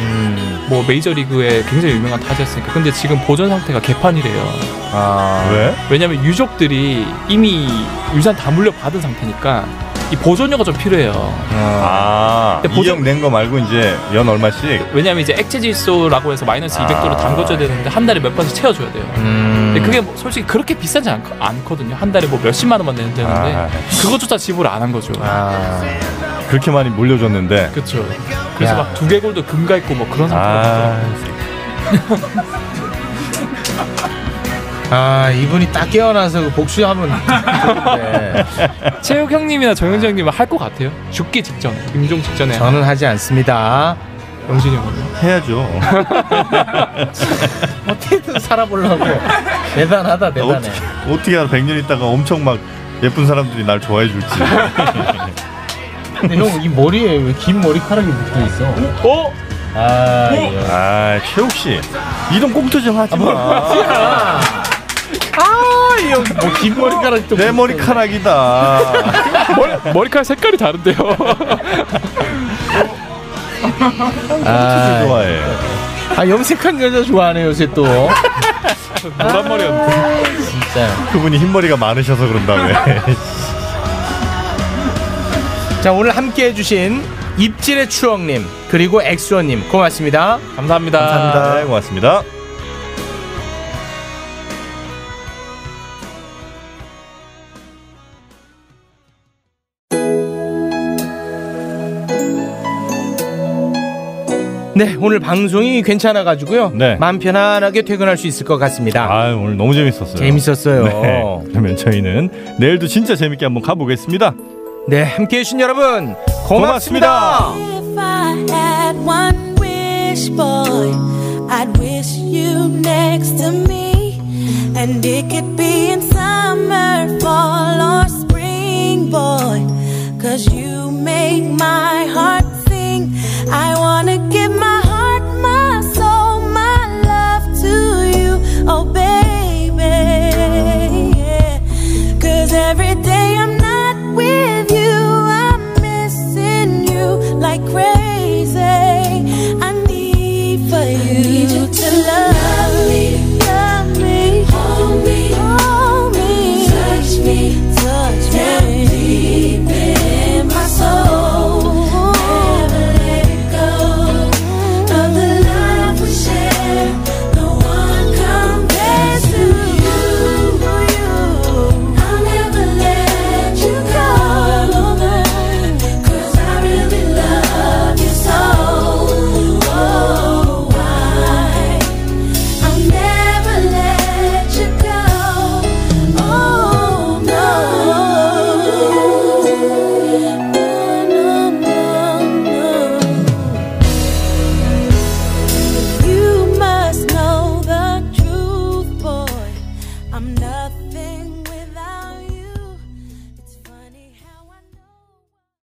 Speaker 19: 뭐 메이저리그에 굉장히 유명한 타자였으니까 근데 지금 보존 상태가 개판이래요
Speaker 10: 아.
Speaker 11: 왜?
Speaker 19: 왜냐면 유족들이 이미 유산 다 물려받은 상태니까 이 보존료가 좀 필요해요.
Speaker 11: 아,
Speaker 19: 근데 보존-
Speaker 11: 이형 낸 거 말고 이제 연 얼마씩.
Speaker 19: 왜냐면 이제 액체 질소라고 해서 마이너스 200도로
Speaker 11: 아. 음.
Speaker 19: 담궈줘야
Speaker 10: 예.
Speaker 19: 되는데 한 달에 몇 번씩 채워줘야 돼요. 근데
Speaker 10: 음.
Speaker 19: 그게 뭐 솔직히 그렇게 비싸지 않, 않거든요. 한 달에 뭐 몇십만 원만 내면 되는데
Speaker 11: 아.
Speaker 10: 예.
Speaker 19: 그것조차 지불 안 한 거죠.
Speaker 10: 아.
Speaker 11: 그렇게 많이 물려줬는데.
Speaker 19: 그렇죠. 그래서
Speaker 11: 야.
Speaker 19: 막 두개골도 금가 있고 뭐 그런 상태가
Speaker 11: 아,
Speaker 19: 아.
Speaker 10: 아 이분이 딱 깨어나서 그 복수하면 네. 좋겠는데.
Speaker 19: 체육 형님이나 정영재 형님은 할 것 같아요. 죽기 직전에, 임종 직전에.
Speaker 10: 저는 하지 않습니다.
Speaker 19: 영진이 형은
Speaker 11: 해야죠.
Speaker 10: 어떻게든 살아보려고 대단하다 대단해.
Speaker 11: 아, 어떻게, 어떻게 알아? 100년 있다가 엄청 막 예쁜 사람들이 날 좋아해 줄지.
Speaker 10: 근데 형 이 머리에 왜 긴 머리카락이 묶여 있어?
Speaker 19: 어?
Speaker 10: 아, 이거.
Speaker 11: 아, 최욱 씨. 이런 꽁트 좀 하지 마.
Speaker 10: 뭐야. 아, 이 형, 뭐긴 머리카락
Speaker 11: 내 머리카락이다.
Speaker 19: 아. 머리, 카락 색깔이 다른데요.
Speaker 10: 아,
Speaker 11: 좋아해.
Speaker 10: 아, 염색한 여자 좋아하네 요새 또.
Speaker 19: 노란 머리였는데.
Speaker 10: 진짜.
Speaker 11: 그분이 흰머리가 많으셔서 그런다며.
Speaker 10: 자, 오늘 함께 해주신 입질의 추억님 그리고 엑수원님 고맙습니다.
Speaker 19: 감사합니다.
Speaker 11: 감사합니다. 네, 고맙습니다.
Speaker 10: 네, 오늘 방송이 괜찮아가지고요.
Speaker 11: 네.
Speaker 10: 마음 편안하게 퇴근할 수 있을 것 같습니다.
Speaker 11: 아, 오늘 너무 재밌었어요.
Speaker 10: 재밌었어요.
Speaker 11: 네, 그러면 저희는 내일도 진짜 재밌게 한번 가보겠습니다.
Speaker 10: 네, 함께 해주신 여러분 고맙습니다.
Speaker 11: 고맙습니다.
Speaker 21: If I had one wish, boy, I'd wish you next to me. And it could be in summer, fall, or spring, boy. Cause you make my heart Oh,
Speaker 3: Oh,